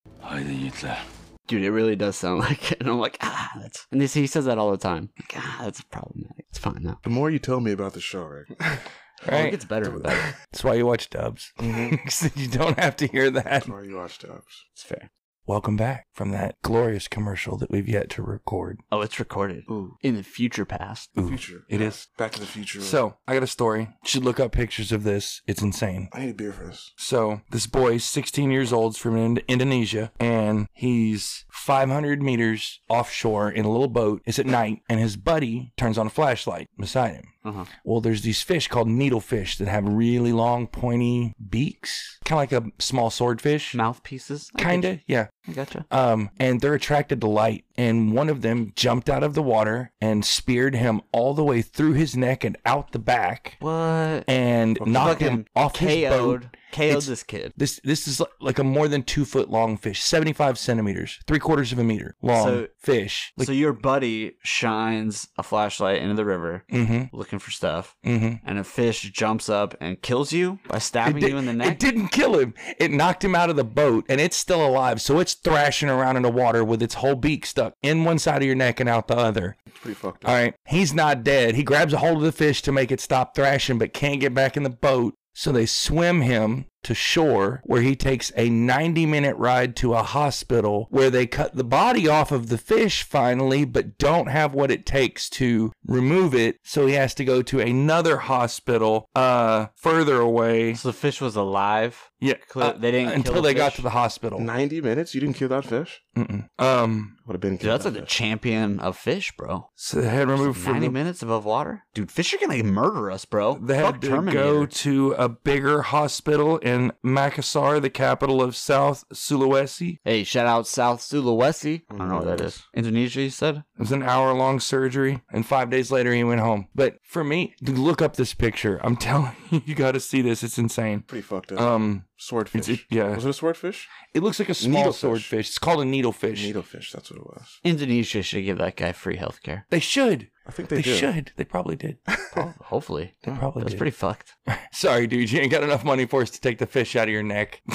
[SPEAKER 1] Dude, it really does sound like it. And I'm like, ah, that's. And they say, he says that all the time. Like, ah, that's problematic. It's fine now.
[SPEAKER 2] The more you tell me about the show, right?
[SPEAKER 1] Oh,
[SPEAKER 3] Right?
[SPEAKER 1] It gets better and better.
[SPEAKER 3] That's why you watch dubs. so you don't have to hear that.
[SPEAKER 2] Mm-hmm. That's why you watch Dubs.
[SPEAKER 1] It's fair.
[SPEAKER 3] Welcome back from that glorious commercial that we've yet to record.
[SPEAKER 1] Oh, it's recorded
[SPEAKER 2] Ooh,
[SPEAKER 1] in the future past.
[SPEAKER 3] Ooh,
[SPEAKER 2] future.
[SPEAKER 3] It is.
[SPEAKER 2] Back to the future.
[SPEAKER 3] So, I got a story. You should look up pictures of this. It's insane.
[SPEAKER 2] I need a beer for this.
[SPEAKER 3] So, this boy, 16 years old, is from Ind- Indonesia, and he's 500 meters offshore in a little boat. It's at night, and his buddy turns on a flashlight beside him.
[SPEAKER 1] Uh-huh.
[SPEAKER 3] Well, there's these fish called needlefish that have really long, pointy beaks, kind of like a small swordfish.
[SPEAKER 1] Mouthpieces. I get
[SPEAKER 3] Kinda,
[SPEAKER 1] you.
[SPEAKER 3] yeah.
[SPEAKER 1] I gotcha.
[SPEAKER 3] um, and they're attracted to light. And one of them jumped out of the water and speared him all the way through his neck and out the back,
[SPEAKER 1] What?
[SPEAKER 3] and knocked him
[SPEAKER 1] Fucking
[SPEAKER 3] off his boat.
[SPEAKER 1] KO'd. KO'd
[SPEAKER 3] It's-
[SPEAKER 1] this kid.
[SPEAKER 3] This this is li- like a more than two foot long fish, seventy five centimeters, three quarters of a meter long
[SPEAKER 1] So-
[SPEAKER 3] fish. Like,
[SPEAKER 1] so your buddy shines a flashlight into the river
[SPEAKER 3] mm-hmm,
[SPEAKER 1] looking for stuff,
[SPEAKER 3] mm-hmm.
[SPEAKER 1] and a fish jumps up and kills you by stabbing you in the neck.
[SPEAKER 3] It didn't kill him. It knocked him out of the boat, and it's still alive. So it's thrashing around in the water with its whole beak stuck in one side of your neck and out the other.
[SPEAKER 2] It's pretty fucked up.
[SPEAKER 3] All right. He's not dead. He grabs a hold of the fish to make it stop thrashing, but can't get back in the boat. So they swim him to shore where he takes a 90 minute ride to a hospital where they cut the body off of the fish finally, but don't have what it takes to remove it. So he has to go to another hospital uh, further away.
[SPEAKER 1] So the fish was alive.
[SPEAKER 3] Yeah.
[SPEAKER 1] Clear- they didn't kill
[SPEAKER 3] Uh, until
[SPEAKER 1] the
[SPEAKER 3] they got
[SPEAKER 1] fish?
[SPEAKER 3] to the hospital.
[SPEAKER 2] Ninety minutes. You didn't kill that fish.
[SPEAKER 3] Mm-mm. Um,
[SPEAKER 2] Would have been.
[SPEAKER 1] Dude,
[SPEAKER 2] killed
[SPEAKER 1] that's like
[SPEAKER 2] that
[SPEAKER 1] the
[SPEAKER 2] fish.
[SPEAKER 1] champion of fish, bro.
[SPEAKER 3] so they had removed from
[SPEAKER 1] Ninety
[SPEAKER 3] the
[SPEAKER 1] minutes above water, dude. Fish are gonna murder us, bro.
[SPEAKER 3] They
[SPEAKER 1] Fuck
[SPEAKER 3] had to
[SPEAKER 1] Terminator.
[SPEAKER 3] go to a bigger hospital in Makassar, the capital of South Sulawesi.
[SPEAKER 1] Hey, shout out South Sulawesi. I don't know what that is. Indonesia, you said?
[SPEAKER 3] It was an hour long surgery, and five days later he went home. But for me, dude, look up this picture. I'm telling you, you got to see this. It's insane.
[SPEAKER 2] pretty fucked up.
[SPEAKER 3] Um,
[SPEAKER 2] swordfish.
[SPEAKER 3] it's, it, yeah,
[SPEAKER 2] Was it a swordfish?
[SPEAKER 3] it looks like a small
[SPEAKER 2] Needlefish.
[SPEAKER 3] swordfish. It's called a needlefish.
[SPEAKER 2] Needlefish. That's what it was.
[SPEAKER 1] Indonesia should give that guy free healthcare.
[SPEAKER 3] They should.
[SPEAKER 2] I think
[SPEAKER 3] They,
[SPEAKER 2] they, did.
[SPEAKER 3] should. They probably did.
[SPEAKER 1] Ho- Hopefully.
[SPEAKER 3] They probably
[SPEAKER 1] That's
[SPEAKER 3] did.
[SPEAKER 1] pretty fucked.
[SPEAKER 3] Sorry, dude, you ain't got enough money for us to take the fish out of your neck.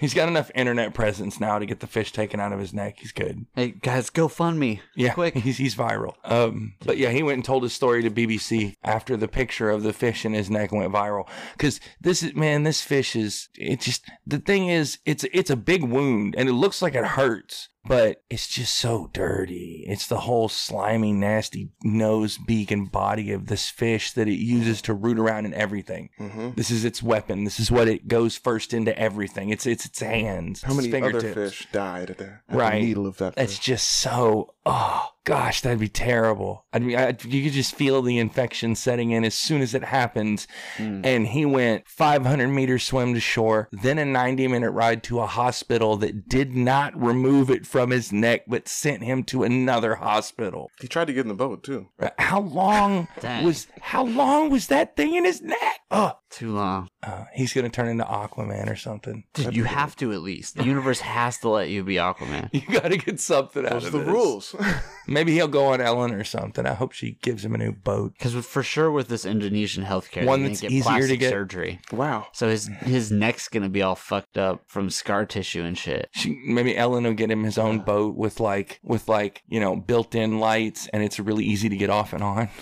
[SPEAKER 3] He's got enough internet presence now to get the fish taken out of his neck. He's good.
[SPEAKER 1] Hey, guys, go fund me.
[SPEAKER 3] Yeah,
[SPEAKER 1] Quick.
[SPEAKER 3] He's he's viral. Um, but yeah, he went and told his story to BBC after the picture of the fish in his neck went viral. Because this is man, this fish is it just the thing is it's it's a big wound and it looks like it hurts, but it's just so dirty. It's the whole slimy, nasty nose, beak, and body of this fish that it uses to root around in everything.
[SPEAKER 2] Mm-hmm.
[SPEAKER 3] This is its weapon. This is what it goes first into everything. It's it's its hands.
[SPEAKER 2] How
[SPEAKER 3] its
[SPEAKER 2] many other
[SPEAKER 3] fingertips.
[SPEAKER 2] fish died at the, at the
[SPEAKER 3] Right.
[SPEAKER 2] needle of that
[SPEAKER 3] That's
[SPEAKER 2] fish?
[SPEAKER 3] just so. Oh gosh, that'd be terrible. I mean, I, you could just feel the infection setting in as soon as it happens.
[SPEAKER 2] Hmm.
[SPEAKER 1] Mm.
[SPEAKER 3] And he went 500 meter swim to shore, then a 90 minute ride to a hospital that did not remove it from his neck, but sent him to another hospital. Uh,
[SPEAKER 2] He tried to get in the boat too.
[SPEAKER 3] How long
[SPEAKER 1] Dang.
[SPEAKER 3] was how long was that thing in his neck? Oh,
[SPEAKER 1] Too long.
[SPEAKER 3] Uh, he's gonna turn into Aquaman or something.
[SPEAKER 1] Dude,
[SPEAKER 2] That'd
[SPEAKER 1] you
[SPEAKER 2] be
[SPEAKER 1] have to at least. The universe has to let you be Aquaman.
[SPEAKER 3] You gotta get something out
[SPEAKER 2] Those are
[SPEAKER 3] of
[SPEAKER 2] the
[SPEAKER 3] this.
[SPEAKER 2] rules.
[SPEAKER 3] Maybe he'll go on Ellen or something. I hope she gives him a new boat.
[SPEAKER 1] Because for sure with this Indonesian healthcare,
[SPEAKER 3] One
[SPEAKER 1] they didn't
[SPEAKER 3] that's easier to
[SPEAKER 1] plastic
[SPEAKER 3] get.
[SPEAKER 1] surgery.
[SPEAKER 2] wow.
[SPEAKER 1] So his his neck's gonna be all fucked up from scar tissue and shit.
[SPEAKER 3] She, maybe Ellen will get him his own boat with like with like you know built-in lights, and it's really easy to get off and on.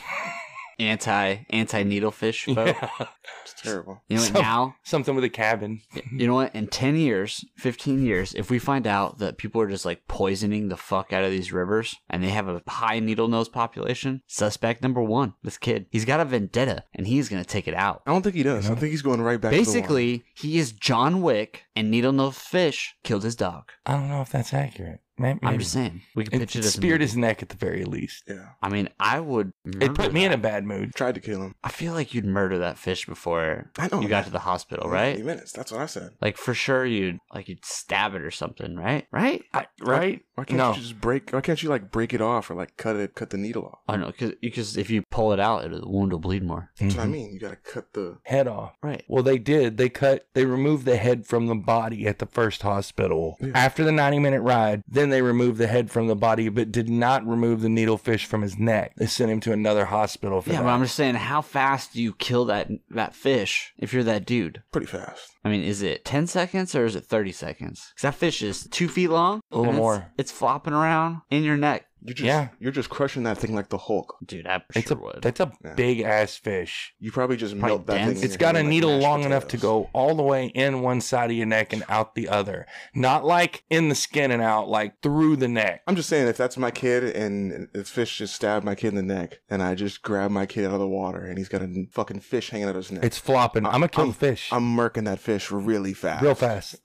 [SPEAKER 1] Anti anti needlefish boat.
[SPEAKER 3] Yeah.
[SPEAKER 2] It's terrible.
[SPEAKER 1] You know what
[SPEAKER 3] So-
[SPEAKER 1] now?
[SPEAKER 3] Something with a cabin.
[SPEAKER 1] You know what? In ten years, fifteen years, if we find out that people are just like poisoning the fuck out of these rivers and they have a high needle nose population, suspect number one, this kid. He's got a vendetta and he's gonna take it out.
[SPEAKER 2] I don't think he does. I think he's going right back. to the wall.
[SPEAKER 1] Basically, he is John Wick and Needle Nose Fish killed his dog.
[SPEAKER 3] I don't know if that's accurate. May- Maybe.
[SPEAKER 1] I'm just saying. We can
[SPEAKER 3] It,
[SPEAKER 1] picture
[SPEAKER 3] it
[SPEAKER 1] this.
[SPEAKER 3] speared his neck at the very least.
[SPEAKER 2] yeah.
[SPEAKER 1] I mean, I would.
[SPEAKER 3] It
[SPEAKER 1] murder
[SPEAKER 3] put me in
[SPEAKER 1] that.
[SPEAKER 3] a bad mood.
[SPEAKER 2] Tried to kill him.
[SPEAKER 1] I feel like you'd murder that fish before
[SPEAKER 2] I know.
[SPEAKER 1] you got to the hospital, right?
[SPEAKER 2] Twenty minutes. That's what I said.
[SPEAKER 1] Like for sure, you'd like you'd stab it or something, right? Right?
[SPEAKER 3] I, right?
[SPEAKER 2] Why can't
[SPEAKER 3] No.
[SPEAKER 2] you just break? Why can't you like break it off or like cut it, cut the needle off?
[SPEAKER 1] I don't know because if you pull it out, it'll, the wound will bleed more.
[SPEAKER 2] That's what I
[SPEAKER 3] Mhm.
[SPEAKER 2] mean. You gotta cut the.
[SPEAKER 3] Head off.
[SPEAKER 1] Right.
[SPEAKER 3] Well, they did. They cut. They removed the head from the body at the first hospital
[SPEAKER 2] Yeah.
[SPEAKER 3] after the 90-minute ride. Then they removed the head from the body, but did not remove the needlefish from his neck. They sent him to another hospital for
[SPEAKER 1] Yeah,
[SPEAKER 3] that.
[SPEAKER 1] but I'm just saying, how fast do you kill that that fish if you're that dude?
[SPEAKER 2] Pretty fast.
[SPEAKER 1] I mean, is it 10 seconds or is it 30 seconds? Because that fish is two feet long.
[SPEAKER 3] A little
[SPEAKER 1] and it's-
[SPEAKER 3] more.
[SPEAKER 1] It's flopping around in your neck.
[SPEAKER 2] You just,
[SPEAKER 3] Yeah.
[SPEAKER 2] You're just crushing that thing like the Hulk.
[SPEAKER 1] Dude, I sure
[SPEAKER 3] it's a
[SPEAKER 1] would.
[SPEAKER 3] that's a
[SPEAKER 2] Yeah.
[SPEAKER 3] big ass fish.
[SPEAKER 2] You probably just
[SPEAKER 1] Probably
[SPEAKER 2] melt that
[SPEAKER 1] dense.
[SPEAKER 2] thing. in
[SPEAKER 1] It's
[SPEAKER 3] It's
[SPEAKER 2] your
[SPEAKER 3] got a
[SPEAKER 2] hand like
[SPEAKER 3] needle
[SPEAKER 2] mashed
[SPEAKER 3] long enough to
[SPEAKER 2] potatoes.
[SPEAKER 3] go all the way in one side of your neck and out the other. Not like in the skin and out, like through the neck.
[SPEAKER 2] I'm just saying, if that's my kid and this fish just stabbed my kid in the neck, and I just grab my kid out of the water and he's got a fucking fish hanging out of his neck,
[SPEAKER 3] It's flopping. I'm gonna kill the fish
[SPEAKER 2] I'm murking that fish really fast.
[SPEAKER 3] real fast.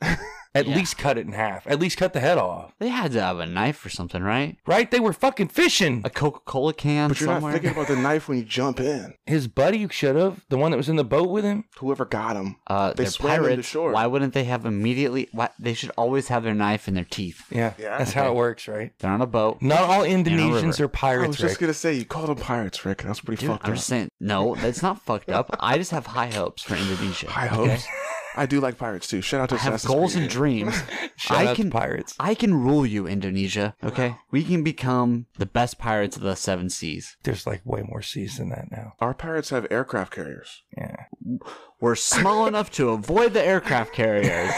[SPEAKER 3] At
[SPEAKER 1] Yeah.
[SPEAKER 3] least cut it in half. At least cut the head off.
[SPEAKER 1] they had to have a knife or something, right?
[SPEAKER 3] Right? They were fucking fishing.
[SPEAKER 1] A Coca Cola can
[SPEAKER 2] But you're
[SPEAKER 1] somewhere.
[SPEAKER 2] not thinking about the knife when you jump in.
[SPEAKER 3] His buddy should have, the one that was in the boat with him.
[SPEAKER 2] Whoever got him.
[SPEAKER 1] uh,
[SPEAKER 2] They
[SPEAKER 1] they are
[SPEAKER 2] swam into
[SPEAKER 1] pirates.
[SPEAKER 2] shore.
[SPEAKER 1] Why wouldn't they have immediately? Why, they should always have their knife in their teeth.
[SPEAKER 3] Yeah.
[SPEAKER 2] Yeah.
[SPEAKER 3] That's how it works, right?
[SPEAKER 1] They're on a boat.
[SPEAKER 3] Not all
[SPEAKER 1] river.
[SPEAKER 3] Indonesians are
[SPEAKER 2] I was
[SPEAKER 3] pirates,
[SPEAKER 2] just
[SPEAKER 3] Rick.
[SPEAKER 2] gonna say you called them pirates, Rick. That's pretty
[SPEAKER 1] Dude,
[SPEAKER 2] fucked
[SPEAKER 1] I'm
[SPEAKER 2] up.
[SPEAKER 1] just saying. No, that's not fucked up. I just have high hopes for Indonesia.
[SPEAKER 2] High hopes. I do like pirates too. Shout out to
[SPEAKER 1] I have
[SPEAKER 2] Assassin's
[SPEAKER 1] goals
[SPEAKER 2] Creed.
[SPEAKER 1] and dreams.
[SPEAKER 3] Shout
[SPEAKER 1] I
[SPEAKER 3] out
[SPEAKER 1] can-
[SPEAKER 3] to pirates.
[SPEAKER 1] I can rule you, Indonesia. Okay, we can become the best pirates of the seven seas.
[SPEAKER 3] There's like way more seas than that now.
[SPEAKER 2] Our pirates have aircraft carriers.
[SPEAKER 3] Yeah.
[SPEAKER 1] We're small enough to avoid the aircraft carriers,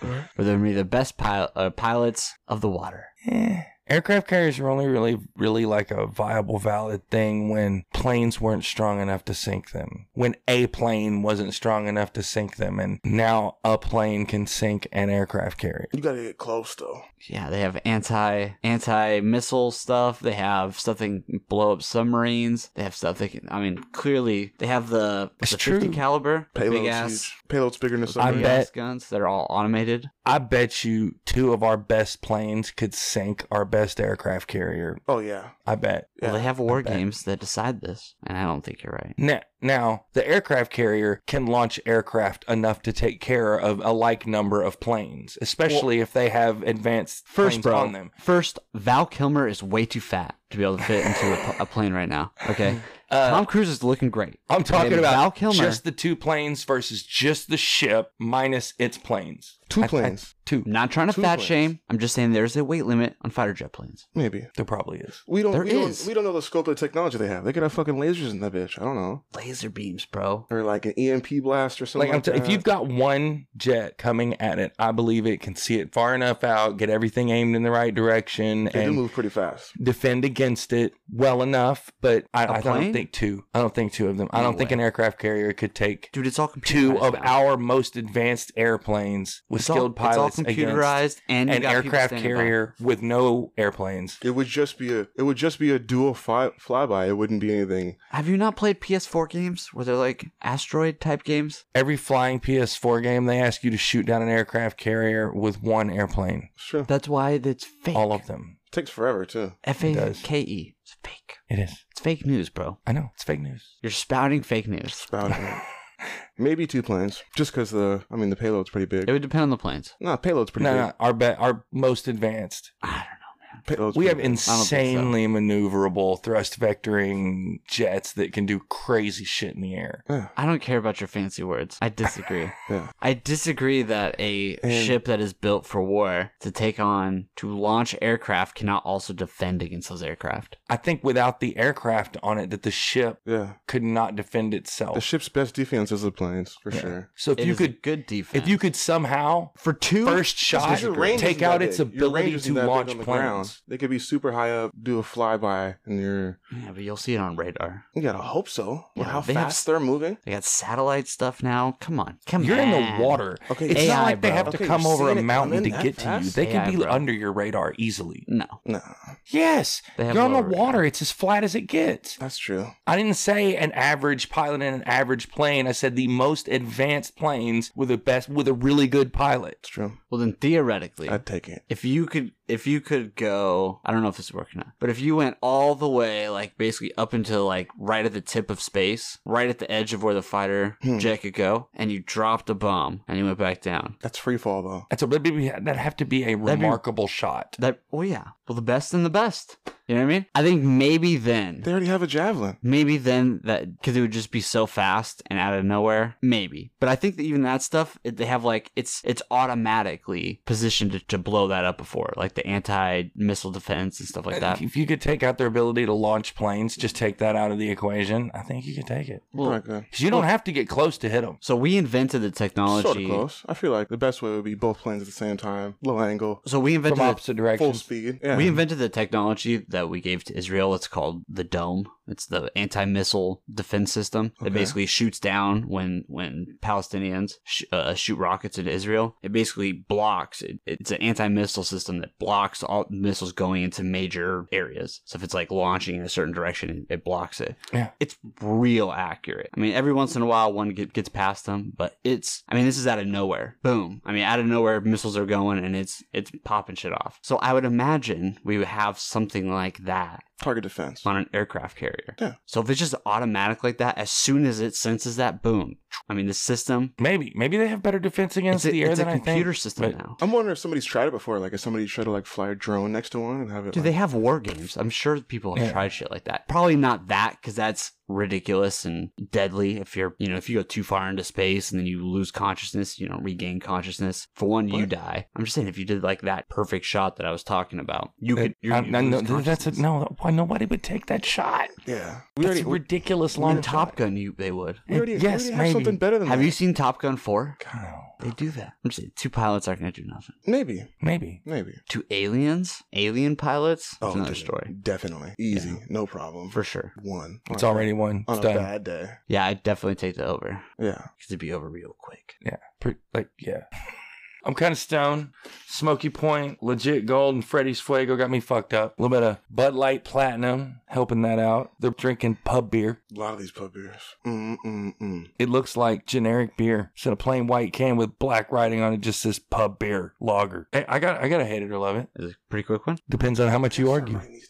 [SPEAKER 1] but they're gonna be the best pil- uh, pilots of the water.
[SPEAKER 3] Eh. Aircraft carriers were only really, really like a viable, valid thing when planes weren't strong enough to sink them. When a plane wasn't strong enough to sink them, and now a plane can sink an aircraft carrier.
[SPEAKER 2] You gotta get close though.
[SPEAKER 1] Yeah, they have anti anti missile stuff. They have stuff that can blow up submarines. They have stuff that can. I mean, clearly they have the,
[SPEAKER 3] It's
[SPEAKER 1] the fifty
[SPEAKER 3] true.
[SPEAKER 1] caliber big
[SPEAKER 2] Payloads,
[SPEAKER 1] ass.
[SPEAKER 2] huge. Payloads bigger than
[SPEAKER 1] I
[SPEAKER 2] some.
[SPEAKER 3] bet-
[SPEAKER 1] guns that are all automated.
[SPEAKER 3] I bet you two of our best planes could sink our best aircraft carrier.
[SPEAKER 2] Oh yeah.
[SPEAKER 3] I bet.
[SPEAKER 1] well, they have war
[SPEAKER 3] bet.
[SPEAKER 1] games that decide this, and I don't think you're right.
[SPEAKER 3] Now, now, the aircraft carrier can launch aircraft enough to take care of a like number of planes, especially if they have advanced
[SPEAKER 1] First,
[SPEAKER 3] planes
[SPEAKER 1] bro.
[SPEAKER 3] on them.
[SPEAKER 1] First, Val Kilmer is way too fat to be able to fit into a, pl- a plane right now. Okay,
[SPEAKER 3] Uh,
[SPEAKER 1] Tom Cruise is looking great.
[SPEAKER 3] I'm talking
[SPEAKER 1] Maybe
[SPEAKER 3] about
[SPEAKER 1] Val Kilmer.
[SPEAKER 3] just the two planes versus just the ship minus its planes.
[SPEAKER 2] Two
[SPEAKER 3] I- I-
[SPEAKER 2] planes.
[SPEAKER 3] two.
[SPEAKER 1] I'm not trying to
[SPEAKER 2] Two
[SPEAKER 1] fat
[SPEAKER 2] planes.
[SPEAKER 1] shame. I'm just saying there's a weight limit on fighter jet planes.
[SPEAKER 2] Maybe.
[SPEAKER 3] There probably is.
[SPEAKER 2] We don't.
[SPEAKER 1] There
[SPEAKER 2] we
[SPEAKER 1] is.
[SPEAKER 2] don't. We don't know the scope of the technology they have. They could have fucking lasers in that bitch. I don't know,
[SPEAKER 1] Laser beams, bro.
[SPEAKER 2] or like an EMP blast or something.
[SPEAKER 3] Like,
[SPEAKER 2] Like, uh,
[SPEAKER 3] I'm t- if
[SPEAKER 2] that.
[SPEAKER 3] you've got one jet coming at it, I believe it can see it far enough out, get everything aimed in the right direction,
[SPEAKER 2] they do
[SPEAKER 3] and
[SPEAKER 2] move pretty fast.
[SPEAKER 3] defend against it well enough, but I, I
[SPEAKER 1] plane?
[SPEAKER 3] don't think two. I don't think two of them. I
[SPEAKER 1] No
[SPEAKER 3] don't think
[SPEAKER 1] way.
[SPEAKER 3] an aircraft carrier could take
[SPEAKER 1] Dude, it's all computerized.
[SPEAKER 3] two of
[SPEAKER 1] now.
[SPEAKER 3] our most advanced airplanes with
[SPEAKER 1] It's all-
[SPEAKER 3] skilled
[SPEAKER 1] It's
[SPEAKER 3] pilots
[SPEAKER 1] all
[SPEAKER 3] against
[SPEAKER 1] computerized and you
[SPEAKER 3] an
[SPEAKER 1] got people
[SPEAKER 3] aircraft
[SPEAKER 1] standing by.
[SPEAKER 3] carrier with no airplanes.
[SPEAKER 2] It would just be a. It would just be a dual fly, flyby. It wouldn't be anything.
[SPEAKER 1] Have you not played PS4 games where they're like asteroid type games?
[SPEAKER 3] Every flying PS4 game, they ask you to shoot down an aircraft carrier with one airplane.
[SPEAKER 2] It's true.
[SPEAKER 1] That's why it's fake.
[SPEAKER 3] All of them.
[SPEAKER 2] takes forever too.
[SPEAKER 1] F
[SPEAKER 3] It
[SPEAKER 1] A
[SPEAKER 3] does.
[SPEAKER 1] K E. It's fake.
[SPEAKER 3] It is.
[SPEAKER 1] It's fake news, bro.
[SPEAKER 3] I know. It's fake news.
[SPEAKER 1] You're spouting fake news.
[SPEAKER 2] About it. Maybe two planes, just because the. I mean, the payload's pretty big.
[SPEAKER 1] It would depend on the planes.
[SPEAKER 2] no, payload's pretty
[SPEAKER 3] No,
[SPEAKER 2] big.
[SPEAKER 3] no, our be- our most advanced.
[SPEAKER 1] I don't know.
[SPEAKER 2] Those
[SPEAKER 3] we have
[SPEAKER 2] people.
[SPEAKER 1] so.
[SPEAKER 3] insanely maneuverable thrust vectoring jets that can do crazy shit in the air.
[SPEAKER 2] Yeah,
[SPEAKER 1] I don't care about your fancy words. I disagree.
[SPEAKER 2] yeah.
[SPEAKER 1] I disagree that a
[SPEAKER 2] And-
[SPEAKER 1] ship that is built for war to take on to launch aircraft cannot also defend against those aircraft.
[SPEAKER 3] I think without the aircraft on it, that the ship
[SPEAKER 2] Yeah.
[SPEAKER 3] could not defend itself.
[SPEAKER 2] The ship's best defense is the planes, for
[SPEAKER 3] Oh. Yeah.
[SPEAKER 2] sure.
[SPEAKER 3] so if
[SPEAKER 1] It
[SPEAKER 3] you
[SPEAKER 1] is a
[SPEAKER 3] could,
[SPEAKER 1] good defense.
[SPEAKER 3] if you could somehow
[SPEAKER 1] for two
[SPEAKER 3] first shot
[SPEAKER 2] Because your range
[SPEAKER 3] take
[SPEAKER 2] isn't
[SPEAKER 3] out
[SPEAKER 2] that
[SPEAKER 3] its
[SPEAKER 2] big. Your range
[SPEAKER 3] ability
[SPEAKER 2] isn't
[SPEAKER 3] to
[SPEAKER 2] that big
[SPEAKER 3] launch
[SPEAKER 2] on the
[SPEAKER 3] planes.
[SPEAKER 2] ground. They could be super high up, do a flyby, and you're
[SPEAKER 1] yeah, but you'll see it on radar.
[SPEAKER 2] you gotta hope so. With
[SPEAKER 1] Yeah,
[SPEAKER 2] how
[SPEAKER 1] they have
[SPEAKER 2] fast they're moving.
[SPEAKER 1] They got satellite stuff now. Come on, come
[SPEAKER 3] You're
[SPEAKER 1] on.
[SPEAKER 3] in the water.
[SPEAKER 2] Okay,
[SPEAKER 3] It's
[SPEAKER 1] AI,
[SPEAKER 3] not like they
[SPEAKER 1] bro.
[SPEAKER 3] have to
[SPEAKER 2] Okay,
[SPEAKER 3] come
[SPEAKER 2] you're
[SPEAKER 3] over
[SPEAKER 2] seeing
[SPEAKER 3] a
[SPEAKER 2] it
[SPEAKER 3] mountain to
[SPEAKER 2] coming that
[SPEAKER 3] get to you.
[SPEAKER 2] fast?
[SPEAKER 3] They can
[SPEAKER 1] AI,
[SPEAKER 3] be
[SPEAKER 1] bro.
[SPEAKER 3] under your radar easily.
[SPEAKER 1] No,
[SPEAKER 2] no,
[SPEAKER 3] Yes.
[SPEAKER 1] they have
[SPEAKER 3] You're on the
[SPEAKER 1] lower radar.
[SPEAKER 3] water. It's as flat as it gets.
[SPEAKER 2] that's true.
[SPEAKER 3] I didn't say an average pilot in an average plane. I said the most advanced planes with the best with a really good pilot.
[SPEAKER 2] It's true.
[SPEAKER 1] Well, then theoretically,
[SPEAKER 2] I'd take it.
[SPEAKER 1] if you could if you could go i don't know if this would work or not but if you went all the way like basically up into like right at the tip of space right at the edge of where the fighter
[SPEAKER 2] Hmm.
[SPEAKER 1] jet could go and you dropped a bomb and you went back down
[SPEAKER 2] That's free fall though.
[SPEAKER 3] That's a that have to be a
[SPEAKER 1] That'd be-
[SPEAKER 3] remarkable shot.
[SPEAKER 1] that oh yeah well the best and the best you know what i mean i think maybe then
[SPEAKER 2] They already have a javelin.
[SPEAKER 1] Maybe then that because it would just be so fast and out of nowhere. Maybe, but I think that even that stuff it- they have like it's it's automatically positioned to, to blow that up before, like the anti missile defense and stuff like that.
[SPEAKER 3] If you could take out their ability to launch planes, just take that out of the equation. I think you could take it.
[SPEAKER 1] Well,
[SPEAKER 2] Probably good.
[SPEAKER 3] 'Cause you don't have to get close to hit them.
[SPEAKER 1] So we invented the technology.
[SPEAKER 2] Sort of close. I feel like the best way would be both planes at the same time, low angle,
[SPEAKER 1] So we invented
[SPEAKER 3] from
[SPEAKER 1] the,
[SPEAKER 3] opposite
[SPEAKER 2] full
[SPEAKER 3] directions.
[SPEAKER 2] speed. Yeah.
[SPEAKER 1] we invented the technology that we gave to Israel. It's called the dome. It's the anti-missile defense system that
[SPEAKER 2] Okay.
[SPEAKER 1] basically shoots down when when Palestinians sh- uh, shoot rockets into Israel. It basically blocks. It, it's an anti-missile system that blocks all missiles going into major areas. So if it's like launching in a certain direction, it blocks it.
[SPEAKER 3] Yeah.
[SPEAKER 1] it's real accurate. I mean, every once in a while one get, gets past them, but it's. I mean, this is out of nowhere. Boom. I mean, out of nowhere missiles are going and it's it's popping shit off. So I would imagine we would have something like that
[SPEAKER 2] target defense.
[SPEAKER 1] on an aircraft carrier.
[SPEAKER 2] Yeah.
[SPEAKER 1] So if it's just automatic like that, as soon as it senses that, boom. I mean, the system.
[SPEAKER 3] Maybe, maybe they have better defense
[SPEAKER 1] It's
[SPEAKER 3] against
[SPEAKER 1] a,
[SPEAKER 3] the air
[SPEAKER 1] it's a
[SPEAKER 3] than I
[SPEAKER 1] computer
[SPEAKER 3] think.
[SPEAKER 1] system
[SPEAKER 3] but-
[SPEAKER 1] now.
[SPEAKER 2] I'm wondering if somebody's tried it before. Like, if somebody tried to like fly a drone next to one and have it.
[SPEAKER 1] Do
[SPEAKER 2] like-
[SPEAKER 1] they have war games? I'm sure people have
[SPEAKER 3] Yeah.
[SPEAKER 1] tried shit like that. Probably not that because that's ridiculous and deadly. If you're, you know, if you go too far into space and then you lose consciousness, you don't regain consciousness. For one, you
[SPEAKER 2] What?
[SPEAKER 1] die. I'm just saying, if you did like that perfect shot that I was talking about, you could. You're,
[SPEAKER 3] I-
[SPEAKER 1] you
[SPEAKER 3] I- no,
[SPEAKER 1] lose
[SPEAKER 3] that's a,
[SPEAKER 1] consciousness.
[SPEAKER 3] no. Why nobody would take that shot?
[SPEAKER 2] Yeah. We
[SPEAKER 3] That's
[SPEAKER 2] already,
[SPEAKER 3] a
[SPEAKER 2] we,
[SPEAKER 3] ridiculous
[SPEAKER 1] In
[SPEAKER 3] long
[SPEAKER 1] Top Gun, you they would.
[SPEAKER 2] we already, we
[SPEAKER 3] yes,
[SPEAKER 2] already have
[SPEAKER 3] maybe.
[SPEAKER 2] something better than
[SPEAKER 1] Have
[SPEAKER 2] that.
[SPEAKER 1] you seen Top Gun Four?
[SPEAKER 3] God,
[SPEAKER 1] They do that. I'm just saying, two pilots aren't gonna do nothing.
[SPEAKER 2] Maybe.
[SPEAKER 3] maybe.
[SPEAKER 2] Maybe.
[SPEAKER 1] Two aliens, alien pilots. That's another
[SPEAKER 2] de-
[SPEAKER 1] story
[SPEAKER 2] Definitely. Easy. No problem.
[SPEAKER 1] for sure.
[SPEAKER 2] one.
[SPEAKER 3] It's
[SPEAKER 2] On a-
[SPEAKER 3] already one.
[SPEAKER 2] on
[SPEAKER 3] It's
[SPEAKER 2] a
[SPEAKER 3] done.
[SPEAKER 2] bad day.
[SPEAKER 1] Yeah, I'd definitely take the over
[SPEAKER 2] Yeah.
[SPEAKER 1] because it'd be over real quick.
[SPEAKER 3] Pre- like yeah. I'm kind of stoned. Smoky Point, legit gold, and Freddy's Fuego got me fucked up. A little bit of Bud Light Platinum helping that out. They're drinking pub beer.
[SPEAKER 2] A lot of these pub beers. Mm mm mm.
[SPEAKER 3] It looks like generic beer. It's in a plain white can with black writing on it. Just says pub beer lager. Hey, I got I gotta hate it or love it.
[SPEAKER 1] Is it a pretty quick one?
[SPEAKER 3] Depends on how much you
[SPEAKER 2] Start
[SPEAKER 3] argue.
[SPEAKER 2] writing these down.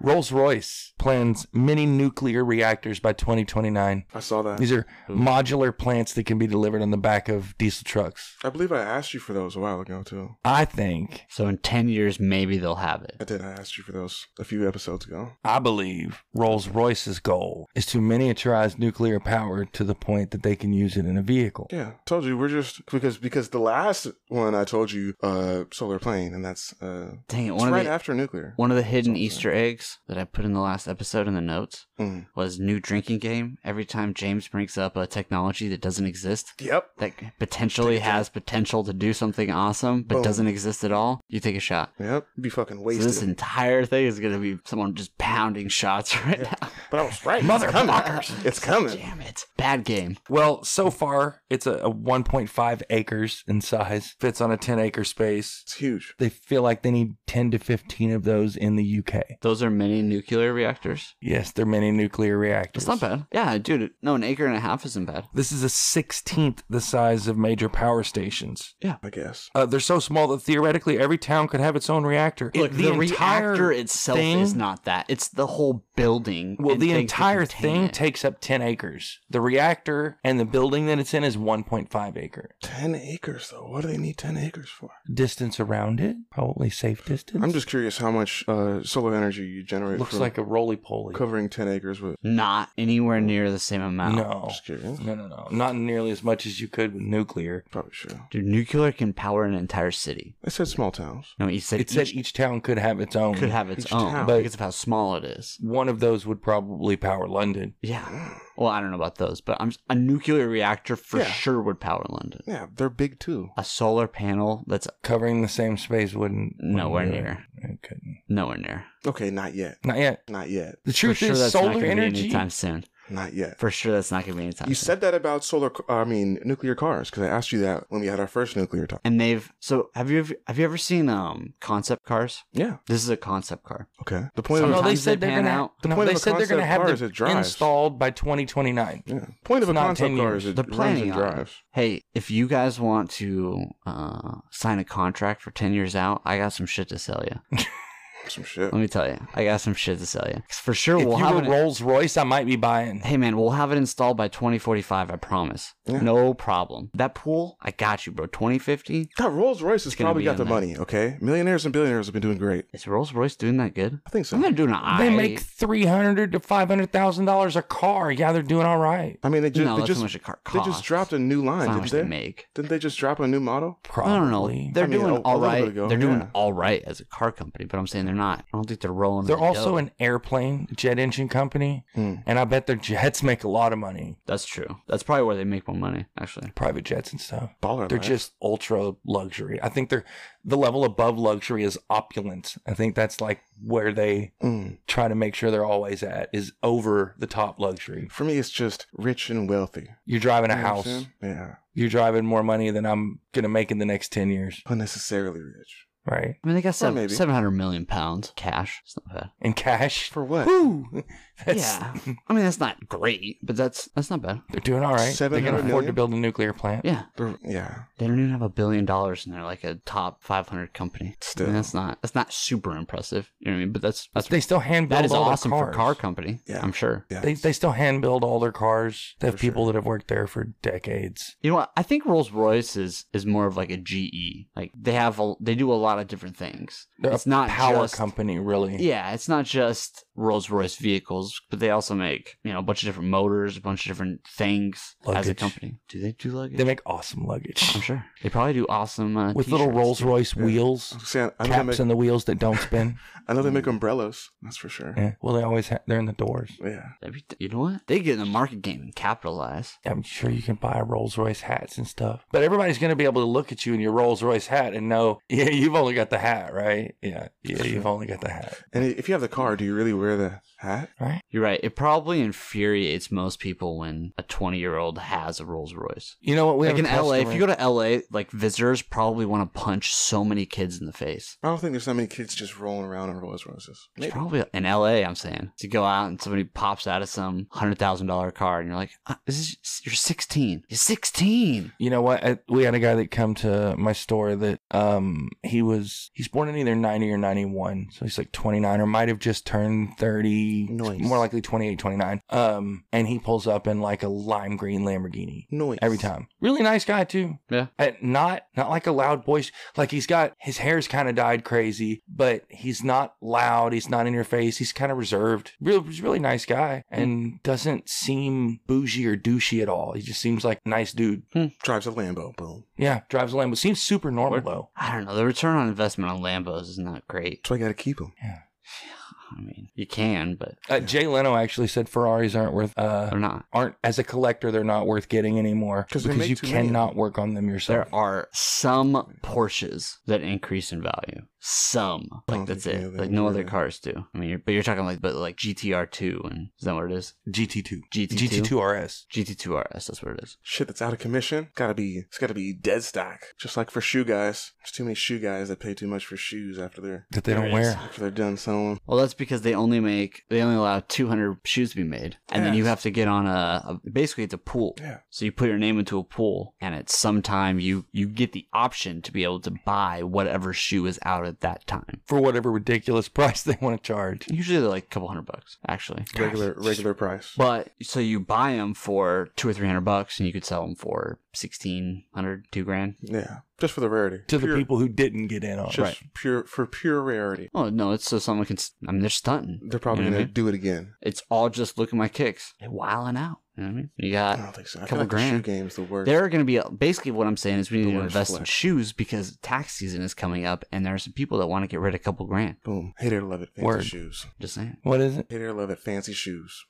[SPEAKER 3] Rolls Royce plans mini nuclear reactors by 2029.
[SPEAKER 2] I saw that.
[SPEAKER 3] These are modular plants that can be delivered on the back of diesel trucks.
[SPEAKER 2] I believe I asked you for those a while ago too.
[SPEAKER 3] I think,
[SPEAKER 1] So in 10 years, maybe they'll have
[SPEAKER 2] I
[SPEAKER 1] it.
[SPEAKER 2] did. I asked you for those a few episodes ago.
[SPEAKER 3] I believe Rolls Royce's goal is to miniaturize nuclear power to the point that they can use it in a vehicle.
[SPEAKER 2] Yeah, told you we're just because because the last one I told you, uh, solar plane, and that's uh,
[SPEAKER 1] Dang it.
[SPEAKER 2] it's
[SPEAKER 1] One,
[SPEAKER 2] right
[SPEAKER 1] of the,
[SPEAKER 2] after nuclear.
[SPEAKER 1] one of the hidden
[SPEAKER 2] Something.
[SPEAKER 1] Easter eggs that I put in the last episode in the notes
[SPEAKER 2] Mm.
[SPEAKER 1] was new drinking game. Every time James brings up a technology that doesn't exist,
[SPEAKER 2] Yep.
[SPEAKER 1] that potentially has potential to do something awesome, but
[SPEAKER 2] Boom.
[SPEAKER 1] doesn't exist at all, you take a shot.
[SPEAKER 2] Yep. Be fucking
[SPEAKER 1] So
[SPEAKER 2] wasted.
[SPEAKER 1] this entire thing is going to be someone just pounding shots right now.
[SPEAKER 2] but I was right.
[SPEAKER 1] Motherfuckers.
[SPEAKER 2] It's coming. It's coming.
[SPEAKER 1] Damn it. Bad game.
[SPEAKER 3] Well, so far, it's a, a 1.5 acres in size, fits on a 10 acre space.
[SPEAKER 2] It's huge.
[SPEAKER 3] They feel like they need 10 to 15 of those in the UK.
[SPEAKER 1] Those are mini nuclear reactors.
[SPEAKER 3] Yes, they're mini many nuclear reactors.
[SPEAKER 1] It's not bad. Yeah, dude. No, an acre and a half isn't bad.
[SPEAKER 3] This is a 16th the size of major power stations.
[SPEAKER 2] I guess.
[SPEAKER 3] Uh, they're so small that theoretically every town could have its own reactor.
[SPEAKER 1] Look,
[SPEAKER 3] It-
[SPEAKER 1] the,
[SPEAKER 3] entire
[SPEAKER 1] reactor itself
[SPEAKER 3] thing-
[SPEAKER 1] is not that. It's the whole building.
[SPEAKER 3] Well,
[SPEAKER 1] and
[SPEAKER 3] the
[SPEAKER 1] things that
[SPEAKER 3] entire
[SPEAKER 1] contain
[SPEAKER 3] thing
[SPEAKER 1] it.
[SPEAKER 3] takes up 10 acres. The reactor and the building that it's in is 1.5 acre.
[SPEAKER 2] 10 acres, though. What do they need 10 acres for?
[SPEAKER 3] Distance around it, probably safe distance.
[SPEAKER 2] I'm just curious how much uh, solar energy you generate
[SPEAKER 3] looks
[SPEAKER 2] from
[SPEAKER 3] like a roly poly.
[SPEAKER 2] covering 10 acres with.
[SPEAKER 1] not anywhere near the same amount.
[SPEAKER 3] No.
[SPEAKER 2] Just curious.
[SPEAKER 3] No, no, no. Not nearly as much as you could with nuclear.
[SPEAKER 2] Probably sure.
[SPEAKER 1] Dude, nuclear can power an entire city.
[SPEAKER 2] They said small towns.
[SPEAKER 1] No, he said
[SPEAKER 3] It
[SPEAKER 1] each
[SPEAKER 3] said each town could have its own.
[SPEAKER 1] could have its
[SPEAKER 2] each
[SPEAKER 1] own
[SPEAKER 2] town.
[SPEAKER 1] but because of how small it is.
[SPEAKER 3] One of those would probably power London.
[SPEAKER 1] Yeah. Well, I don't know about those, but I'm a nuclear reactor for
[SPEAKER 2] Yeah.
[SPEAKER 1] sure would power London.
[SPEAKER 2] Yeah, they're big too.
[SPEAKER 1] A solar panel that's
[SPEAKER 3] Covering the same space wouldn't. wouldn't
[SPEAKER 1] Nowhere
[SPEAKER 3] do it.
[SPEAKER 1] near.
[SPEAKER 3] It couldn't.
[SPEAKER 1] nowhere near.
[SPEAKER 2] Okay, not yet.
[SPEAKER 3] Not yet.
[SPEAKER 2] Not yet.
[SPEAKER 3] The
[SPEAKER 1] For
[SPEAKER 3] truth
[SPEAKER 1] sure,
[SPEAKER 3] is,
[SPEAKER 1] that's not
[SPEAKER 3] solar
[SPEAKER 1] gonna be
[SPEAKER 3] energy.
[SPEAKER 1] anytime soon.
[SPEAKER 2] Not yet.
[SPEAKER 1] For sure, that's not gonna be anytime.
[SPEAKER 2] You
[SPEAKER 1] soon.
[SPEAKER 2] said that about solar, ca- I mean, nuclear cars, because I asked you that when we had our first nuclear talk.
[SPEAKER 1] and they've so have you ever, have you ever seen um concept cars?
[SPEAKER 2] Yeah.
[SPEAKER 1] This is a concept car.
[SPEAKER 2] Okay. The point
[SPEAKER 1] Some
[SPEAKER 2] of
[SPEAKER 3] No, they
[SPEAKER 1] Sometimes
[SPEAKER 3] said
[SPEAKER 1] they
[SPEAKER 3] they're
[SPEAKER 1] pan
[SPEAKER 3] gonna.
[SPEAKER 1] out.
[SPEAKER 2] The
[SPEAKER 3] no,
[SPEAKER 2] point
[SPEAKER 3] they
[SPEAKER 2] of a
[SPEAKER 3] said they're gonna
[SPEAKER 2] concept
[SPEAKER 3] have
[SPEAKER 2] car
[SPEAKER 3] them
[SPEAKER 2] is it drives.
[SPEAKER 3] installed by 2029.
[SPEAKER 2] yeah. Point of
[SPEAKER 3] It's
[SPEAKER 2] a
[SPEAKER 3] not
[SPEAKER 2] concept
[SPEAKER 3] 10
[SPEAKER 2] car
[SPEAKER 3] years.
[SPEAKER 2] is it
[SPEAKER 1] They're
[SPEAKER 2] runs
[SPEAKER 1] planning
[SPEAKER 2] and
[SPEAKER 1] on it.
[SPEAKER 2] drives.
[SPEAKER 1] Hey, if you guys want to uh, sign a contract for ten years out, I got some shit to sell you.
[SPEAKER 2] Some shit.
[SPEAKER 1] Let me tell you, I got some shit to sell you. 'Cause For sure,
[SPEAKER 3] If
[SPEAKER 1] we'll
[SPEAKER 3] you
[SPEAKER 1] have
[SPEAKER 3] were
[SPEAKER 1] it.
[SPEAKER 3] Rolls Royce, I might be buying.
[SPEAKER 1] hey man, we'll have it installed by 2045. I promise.
[SPEAKER 2] Yeah.
[SPEAKER 1] No problem. That pool, I got you, bro. 2050.
[SPEAKER 2] God, Rolls Royce has
[SPEAKER 1] gonna
[SPEAKER 2] probably
[SPEAKER 1] be
[SPEAKER 2] got
[SPEAKER 1] on
[SPEAKER 2] the
[SPEAKER 1] that.
[SPEAKER 2] money, okay? Millionaires and billionaires have been doing great.
[SPEAKER 1] Is Rolls Royce doing that good?
[SPEAKER 2] I think so.
[SPEAKER 1] I'm gonna do an eye.
[SPEAKER 3] They make three hundred to five hundred thousand dollars a car. Yeah, they're doing all right.
[SPEAKER 2] I mean, they just,
[SPEAKER 1] no,
[SPEAKER 2] they,
[SPEAKER 1] that's
[SPEAKER 2] just
[SPEAKER 1] how much a car
[SPEAKER 2] they
[SPEAKER 1] costs.
[SPEAKER 2] just dropped a new
[SPEAKER 1] That's
[SPEAKER 2] line,
[SPEAKER 1] not how
[SPEAKER 2] didn't
[SPEAKER 1] much
[SPEAKER 2] they?
[SPEAKER 1] they make.
[SPEAKER 2] Didn't they just drop a new model?
[SPEAKER 3] Probably.
[SPEAKER 1] I don't know. They're
[SPEAKER 2] I mean,
[SPEAKER 1] doing
[SPEAKER 2] a- a
[SPEAKER 1] all
[SPEAKER 2] little bit
[SPEAKER 1] right.
[SPEAKER 2] ago,
[SPEAKER 1] they're doing
[SPEAKER 2] yeah.
[SPEAKER 1] all right as a car company, but I'm saying they're not. I don't think they're rolling.
[SPEAKER 3] They're
[SPEAKER 1] in the
[SPEAKER 3] also
[SPEAKER 1] dough.
[SPEAKER 3] an airplane jet engine company,
[SPEAKER 2] Hmm.
[SPEAKER 3] and I bet their jets make a lot of money.
[SPEAKER 1] That's true. That's probably where they make more money, actually.
[SPEAKER 3] Private jets and stuff.
[SPEAKER 2] Baller
[SPEAKER 3] They're
[SPEAKER 2] life.
[SPEAKER 3] just ultra luxury. I think they're the level above luxury is opulent. I think that's like where they
[SPEAKER 2] Mm.
[SPEAKER 3] try to make sure they're always at is over the top luxury.
[SPEAKER 2] For me, it's just rich and wealthy.
[SPEAKER 3] You're driving a
[SPEAKER 2] You know what I'm
[SPEAKER 3] house.
[SPEAKER 2] saying? Yeah.
[SPEAKER 3] You're driving more money than I'm gonna make in the next ten years,
[SPEAKER 2] Unnecessarily rich.
[SPEAKER 3] right?
[SPEAKER 1] I mean, they got seven,
[SPEAKER 2] maybe.
[SPEAKER 1] 700 million pounds cash. It's not bad.
[SPEAKER 3] In cash.
[SPEAKER 2] For what?
[SPEAKER 3] Woo! That's-
[SPEAKER 1] yeah. I mean, that's not great, but that's that's not bad.
[SPEAKER 3] They're doing all right. They can
[SPEAKER 2] 700
[SPEAKER 3] afford to
[SPEAKER 2] million?
[SPEAKER 3] build a nuclear plant.
[SPEAKER 1] Yeah.
[SPEAKER 2] They're- yeah.
[SPEAKER 1] They don't even have a billion dollars and they're like a top 500 company. I
[SPEAKER 2] Still.
[SPEAKER 1] mean, that's not that's not super impressive. You know what I mean? But that's that's
[SPEAKER 3] They still hand build
[SPEAKER 1] that is
[SPEAKER 3] all
[SPEAKER 1] awesome
[SPEAKER 3] their
[SPEAKER 1] for
[SPEAKER 3] cars.
[SPEAKER 1] car company.
[SPEAKER 2] Yeah.
[SPEAKER 1] I'm sure.
[SPEAKER 2] Yeah.
[SPEAKER 3] They they still hand build all their cars. They have
[SPEAKER 2] For
[SPEAKER 3] people that have worked there for decades.
[SPEAKER 1] You know what? I think Rolls Royce is is more of like a GE. Like they have a, they do a lot of different things.
[SPEAKER 3] They're
[SPEAKER 1] it's
[SPEAKER 3] a
[SPEAKER 1] not
[SPEAKER 3] power
[SPEAKER 1] just,
[SPEAKER 3] company, really.
[SPEAKER 1] Yeah, it's not just Rolls Royce vehicles, but they also make you know a bunch of different motors, a bunch of different things as a
[SPEAKER 3] Luggage.
[SPEAKER 1] company. Do they do luggage?
[SPEAKER 3] They make awesome luggage
[SPEAKER 1] I'm sure they probably do awesome uh,
[SPEAKER 3] with little
[SPEAKER 1] t-shirts.
[SPEAKER 3] Rolls Royce
[SPEAKER 2] Yeah. I,
[SPEAKER 3] wheels,
[SPEAKER 2] was saying, I, know they
[SPEAKER 3] caps
[SPEAKER 2] make,
[SPEAKER 3] on the wheels that don't spin.
[SPEAKER 2] I know they make umbrellas. That's for sure.
[SPEAKER 3] yeah. Well, they always ha- they're in the doors.
[SPEAKER 2] Yeah.
[SPEAKER 1] That'd be- You know what? They get in the market game and capitalize.
[SPEAKER 3] I'm sure you can buy Rolls Royce hats and stuff, but everybody's going to be able to look at you in your Rolls Royce hat and know, yeah, you've only got the hat, right? Yeah, yeah, you've only got the hat,
[SPEAKER 2] And if you have the car, do you really wear the hat?
[SPEAKER 3] right?
[SPEAKER 1] You're right. It probably infuriates most people when a 20 year old has a Rolls Royce.
[SPEAKER 3] You know what? We
[SPEAKER 1] Like in
[SPEAKER 3] have a
[SPEAKER 1] LA, if you
[SPEAKER 3] customer-
[SPEAKER 1] go to LA, like visitors probably want to punch so many kids in the face.
[SPEAKER 2] I don't think there's that many kids just rolling around in Rolls Royces.
[SPEAKER 1] It's probably in LA. I'm saying to go out and somebody pops out of some hundred thousand dollar car, and you're like, uh, "This is you're 16. You're 16."
[SPEAKER 3] You know what? I, we had a guy that come to my store that um he was he's born in either ninety or ninety one, so he's like twenty nine or might have just turned thirty,
[SPEAKER 2] Nice.
[SPEAKER 3] more likely 28, 29. Um, and he pulls up in like a lime green Lamborghini
[SPEAKER 2] Noise.
[SPEAKER 3] every time. Really nice guy too.
[SPEAKER 1] Yeah.
[SPEAKER 3] Uh, not not like a loud voice. Like he's got his hair's kind of dyed crazy, but he's not loud. He's not in your face. He's kind of reserved. Real, he's a really nice guy and doesn't seem bougie or douchey at all. He just seems like a nice dude.
[SPEAKER 2] Drives a Lambo. Boom.
[SPEAKER 3] Yeah, drives a Lambo. Seems super normal
[SPEAKER 1] Word.
[SPEAKER 3] though.
[SPEAKER 1] I don't know. The return on investment on Lambos is not great.
[SPEAKER 2] That's why you got to keep them.
[SPEAKER 1] I mean, you can, but
[SPEAKER 3] Uh, Jay Leno actually said Ferraris aren't worth uh
[SPEAKER 1] they're not.
[SPEAKER 3] aren't as a collector they're not worth getting anymore
[SPEAKER 2] 'Cause they
[SPEAKER 3] because
[SPEAKER 2] make
[SPEAKER 3] you
[SPEAKER 2] too many of
[SPEAKER 3] cannot
[SPEAKER 2] them.
[SPEAKER 3] work on them yourself.
[SPEAKER 1] There are some Porsches that increase in value. some.
[SPEAKER 2] I
[SPEAKER 1] Like
[SPEAKER 2] don't
[SPEAKER 1] that's
[SPEAKER 2] think any
[SPEAKER 1] it.
[SPEAKER 2] of them
[SPEAKER 1] Like no other
[SPEAKER 2] do.
[SPEAKER 1] cars do. I mean, you're, but you're talking like but like GTR two and is that what it is?
[SPEAKER 3] GT2.
[SPEAKER 1] GT2?
[SPEAKER 3] GT2 RS.
[SPEAKER 1] GT two RS. That's what it is.
[SPEAKER 2] Shit that's out of commission. Gotta be it's gotta be dead stock. Just like for shoe guys. There's too many shoe guys that pay too much for shoes after they're
[SPEAKER 3] That they
[SPEAKER 1] There
[SPEAKER 3] don't
[SPEAKER 1] it is.
[SPEAKER 3] wear.
[SPEAKER 2] after they're done selling. 'em.
[SPEAKER 1] Well, that's because they only make they only allow 200 shoes to be made, and then you
[SPEAKER 2] Yes.
[SPEAKER 1] have to get on a, a basically it's a pool.
[SPEAKER 2] Yeah.
[SPEAKER 1] So you put your name into a pool, and at some time you you get the option to be able to buy whatever shoe is out at that time.
[SPEAKER 3] For whatever ridiculous price they want to charge.
[SPEAKER 1] Usually they're like a couple hundred bucks actually.
[SPEAKER 2] Regular regular price.
[SPEAKER 1] But so you buy them for two or three hundred bucks, and you could sell them for sixteen hundred, two grand.
[SPEAKER 2] Yeah. Just for the rarity.
[SPEAKER 3] To the
[SPEAKER 2] Pure-
[SPEAKER 3] people who didn't get in on
[SPEAKER 2] just
[SPEAKER 3] it. Right.
[SPEAKER 2] pure for pure rarity.
[SPEAKER 1] Oh no, it's so someone can. s- I mean, they're stunting.
[SPEAKER 2] They're probably
[SPEAKER 3] Mm-hmm.
[SPEAKER 1] You know what I
[SPEAKER 2] gonna
[SPEAKER 1] mean?
[SPEAKER 2] do it again.
[SPEAKER 1] It's all just look at my kicks, they're wilding out. You know what I mean? You got
[SPEAKER 2] I don't think so. I
[SPEAKER 1] couple
[SPEAKER 2] feel like the shoe
[SPEAKER 1] grand.
[SPEAKER 2] game's the worst.
[SPEAKER 1] There are going to be basically what I'm saying is we need
[SPEAKER 2] The
[SPEAKER 1] to
[SPEAKER 2] worst
[SPEAKER 1] invest in
[SPEAKER 2] flex.
[SPEAKER 1] shoes because tax season is coming up, and there are some people that want to get rid of a couple grand.
[SPEAKER 2] Boom. Hate it or love it. Fancy
[SPEAKER 3] Word.
[SPEAKER 2] shoes.
[SPEAKER 1] Just saying,
[SPEAKER 3] What is it?
[SPEAKER 2] Hate it or love it. Fancy shoes.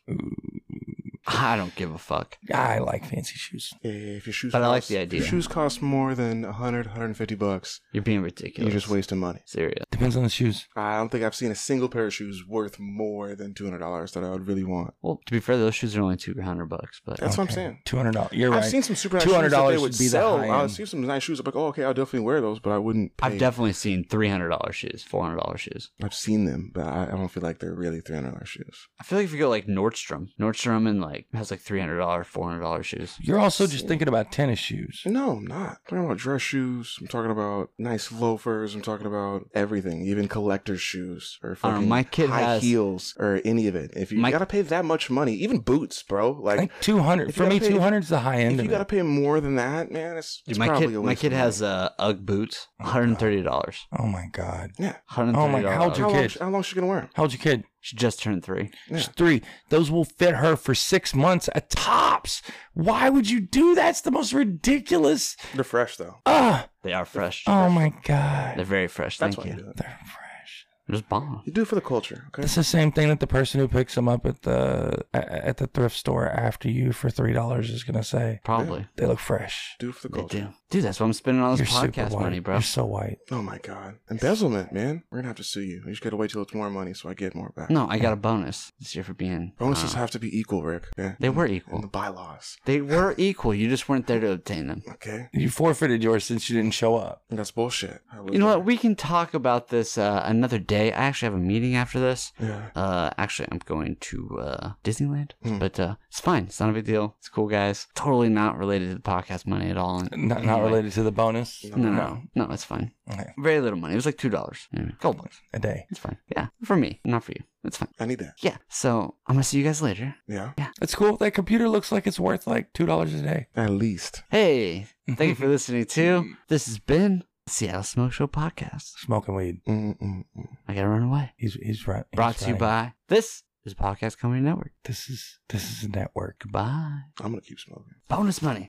[SPEAKER 1] I don't give a fuck.
[SPEAKER 3] I like fancy shoes.
[SPEAKER 2] Yeah, yeah, if your shoes.
[SPEAKER 1] But I like
[SPEAKER 2] cost-
[SPEAKER 1] the
[SPEAKER 2] if
[SPEAKER 1] idea.
[SPEAKER 2] Your shoes cost more than 100, 150 bucks.
[SPEAKER 1] You're being ridiculous.
[SPEAKER 2] You're just wasting money.
[SPEAKER 1] serious.
[SPEAKER 3] Depends on the shoes.
[SPEAKER 2] I don't think I've seen a single pair of shoes worth more than two hundred dollars that I would really want.
[SPEAKER 1] Well, to be fair, those shoes are only two hundred bucks, but
[SPEAKER 2] That's what I'm saying.
[SPEAKER 3] Two hundred dollars. You're
[SPEAKER 2] I've
[SPEAKER 3] right.
[SPEAKER 2] seen some super nice shoes that
[SPEAKER 3] $200
[SPEAKER 2] they would
[SPEAKER 3] should be the
[SPEAKER 2] sell.
[SPEAKER 3] high
[SPEAKER 2] I've
[SPEAKER 3] end.
[SPEAKER 2] seen some nice shoes. I'm like, oh, okay, I'll definitely wear those, but I wouldn't. Pay.
[SPEAKER 1] I've definitely seen three hundred dollars shoes, four hundred dollars shoes.
[SPEAKER 2] I've seen them, but I, I don't feel like they're really three hundred dollars shoes.
[SPEAKER 1] I feel like if you go like Nordstrom, Nordstrom and like has like three hundred dollars, four hundred dollars shoes.
[SPEAKER 3] You're also just thinking about tennis shoes.
[SPEAKER 2] No, I'm not. I'm talking about dress shoes. I'm talking about nice loafers. I'm talking about everything, even collector's shoes
[SPEAKER 1] I
[SPEAKER 2] or
[SPEAKER 1] don't know,
[SPEAKER 2] fucking
[SPEAKER 1] my kid
[SPEAKER 2] high
[SPEAKER 1] has-
[SPEAKER 2] heels or any of it. If you
[SPEAKER 1] My-
[SPEAKER 2] gotta pay that much money, even boots, bro.
[SPEAKER 3] I
[SPEAKER 2] Like
[SPEAKER 3] think two hundred.
[SPEAKER 2] if
[SPEAKER 3] For
[SPEAKER 2] you
[SPEAKER 3] me,
[SPEAKER 2] gotta pay-
[SPEAKER 3] two hundred is the high end.
[SPEAKER 2] if you
[SPEAKER 3] of
[SPEAKER 2] gotta
[SPEAKER 3] it.
[SPEAKER 2] pay more than that, man, it's,
[SPEAKER 1] Dude,
[SPEAKER 2] it's
[SPEAKER 1] my
[SPEAKER 2] probably
[SPEAKER 1] kid,
[SPEAKER 2] a
[SPEAKER 1] my
[SPEAKER 2] waste
[SPEAKER 1] kid
[SPEAKER 2] of money.
[SPEAKER 1] has uh, UGG boots, one hundred thirty dollars.
[SPEAKER 3] Oh my god.
[SPEAKER 2] yeah.
[SPEAKER 1] One hundred
[SPEAKER 3] Oh
[SPEAKER 1] thirty
[SPEAKER 3] my-
[SPEAKER 1] dollars.
[SPEAKER 3] how old's your
[SPEAKER 2] How long,
[SPEAKER 3] kid?
[SPEAKER 2] how long is she gonna wear 'em?
[SPEAKER 3] How old's your kid?
[SPEAKER 1] She just turned three.
[SPEAKER 2] Yeah.
[SPEAKER 3] She's three. Those will fit her for six months at tops. Why would you do that? It's the most ridiculous.
[SPEAKER 2] They're fresh though.
[SPEAKER 3] Ah.
[SPEAKER 1] They are fresh.
[SPEAKER 3] Oh my
[SPEAKER 1] They're
[SPEAKER 3] god.
[SPEAKER 1] very fresh.
[SPEAKER 2] That's
[SPEAKER 1] Thank
[SPEAKER 2] why you
[SPEAKER 1] you.
[SPEAKER 2] do it.
[SPEAKER 3] They're fresh.
[SPEAKER 1] They're just bomb.
[SPEAKER 2] You do it for the culture, okay?
[SPEAKER 3] It's the same thing that the person who picks them up at the at- at the thrift store after you for three dollars is gonna say
[SPEAKER 1] Probably.
[SPEAKER 3] they look fresh.
[SPEAKER 2] Do it for the
[SPEAKER 1] They
[SPEAKER 2] culture.
[SPEAKER 1] do. Dude, that's why I'm spending all this
[SPEAKER 3] You're super
[SPEAKER 1] podcast
[SPEAKER 3] white.
[SPEAKER 1] money, bro.
[SPEAKER 3] You're so white.
[SPEAKER 2] Oh my god. Embezzlement, man. We're gonna have to sue you. You just gotta wait till it's more money so I get more back.
[SPEAKER 1] No, I got a bonus this year for being.
[SPEAKER 2] Bonuses
[SPEAKER 1] uh,
[SPEAKER 2] have to be equal, Rick. Yeah.
[SPEAKER 1] They were
[SPEAKER 2] And the
[SPEAKER 1] equal.
[SPEAKER 2] bylaws.
[SPEAKER 1] They were equal. You just weren't there to obtain them.
[SPEAKER 2] Okay?
[SPEAKER 3] You forfeited yours since you didn't show up.
[SPEAKER 2] That's bullshit. I was
[SPEAKER 1] You know
[SPEAKER 2] there.
[SPEAKER 1] what? We can talk about this uh, another day. I actually have a meeting after this.
[SPEAKER 2] Yeah.
[SPEAKER 1] Uh, actually, I'm going to uh, Disneyland,
[SPEAKER 2] Hmm.
[SPEAKER 1] but uh, it's fine. It's not a big deal. It's cool, guys. Totally not related to the podcast money at all.
[SPEAKER 3] Not, not
[SPEAKER 1] Anyway.
[SPEAKER 3] related to the bonus.
[SPEAKER 1] No, no, no, it's fine.
[SPEAKER 3] Okay.
[SPEAKER 1] Very little money. It was like two dollars. Anyway, couple bucks.
[SPEAKER 3] A day.
[SPEAKER 1] It's fine. Yeah, for me, not for you. It's fine.
[SPEAKER 2] I need that.
[SPEAKER 1] Yeah. So I'm gonna see you guys later.
[SPEAKER 2] Yeah.
[SPEAKER 3] That's cool. That computer looks like it's worth like two dollars a day.
[SPEAKER 2] At least.
[SPEAKER 1] Hey, thank you for listening to this has been Seattle Smoke Show Podcast.
[SPEAKER 3] Smoking weed.
[SPEAKER 2] Mm-mm.
[SPEAKER 1] I gotta run away.
[SPEAKER 3] He's he's right. he's
[SPEAKER 1] Brought to you
[SPEAKER 3] right.
[SPEAKER 1] by this is Podcast Comedy Network.
[SPEAKER 3] This is this is a network.
[SPEAKER 1] Goodbye.
[SPEAKER 2] I'm gonna keep smoking.
[SPEAKER 1] Bonus money.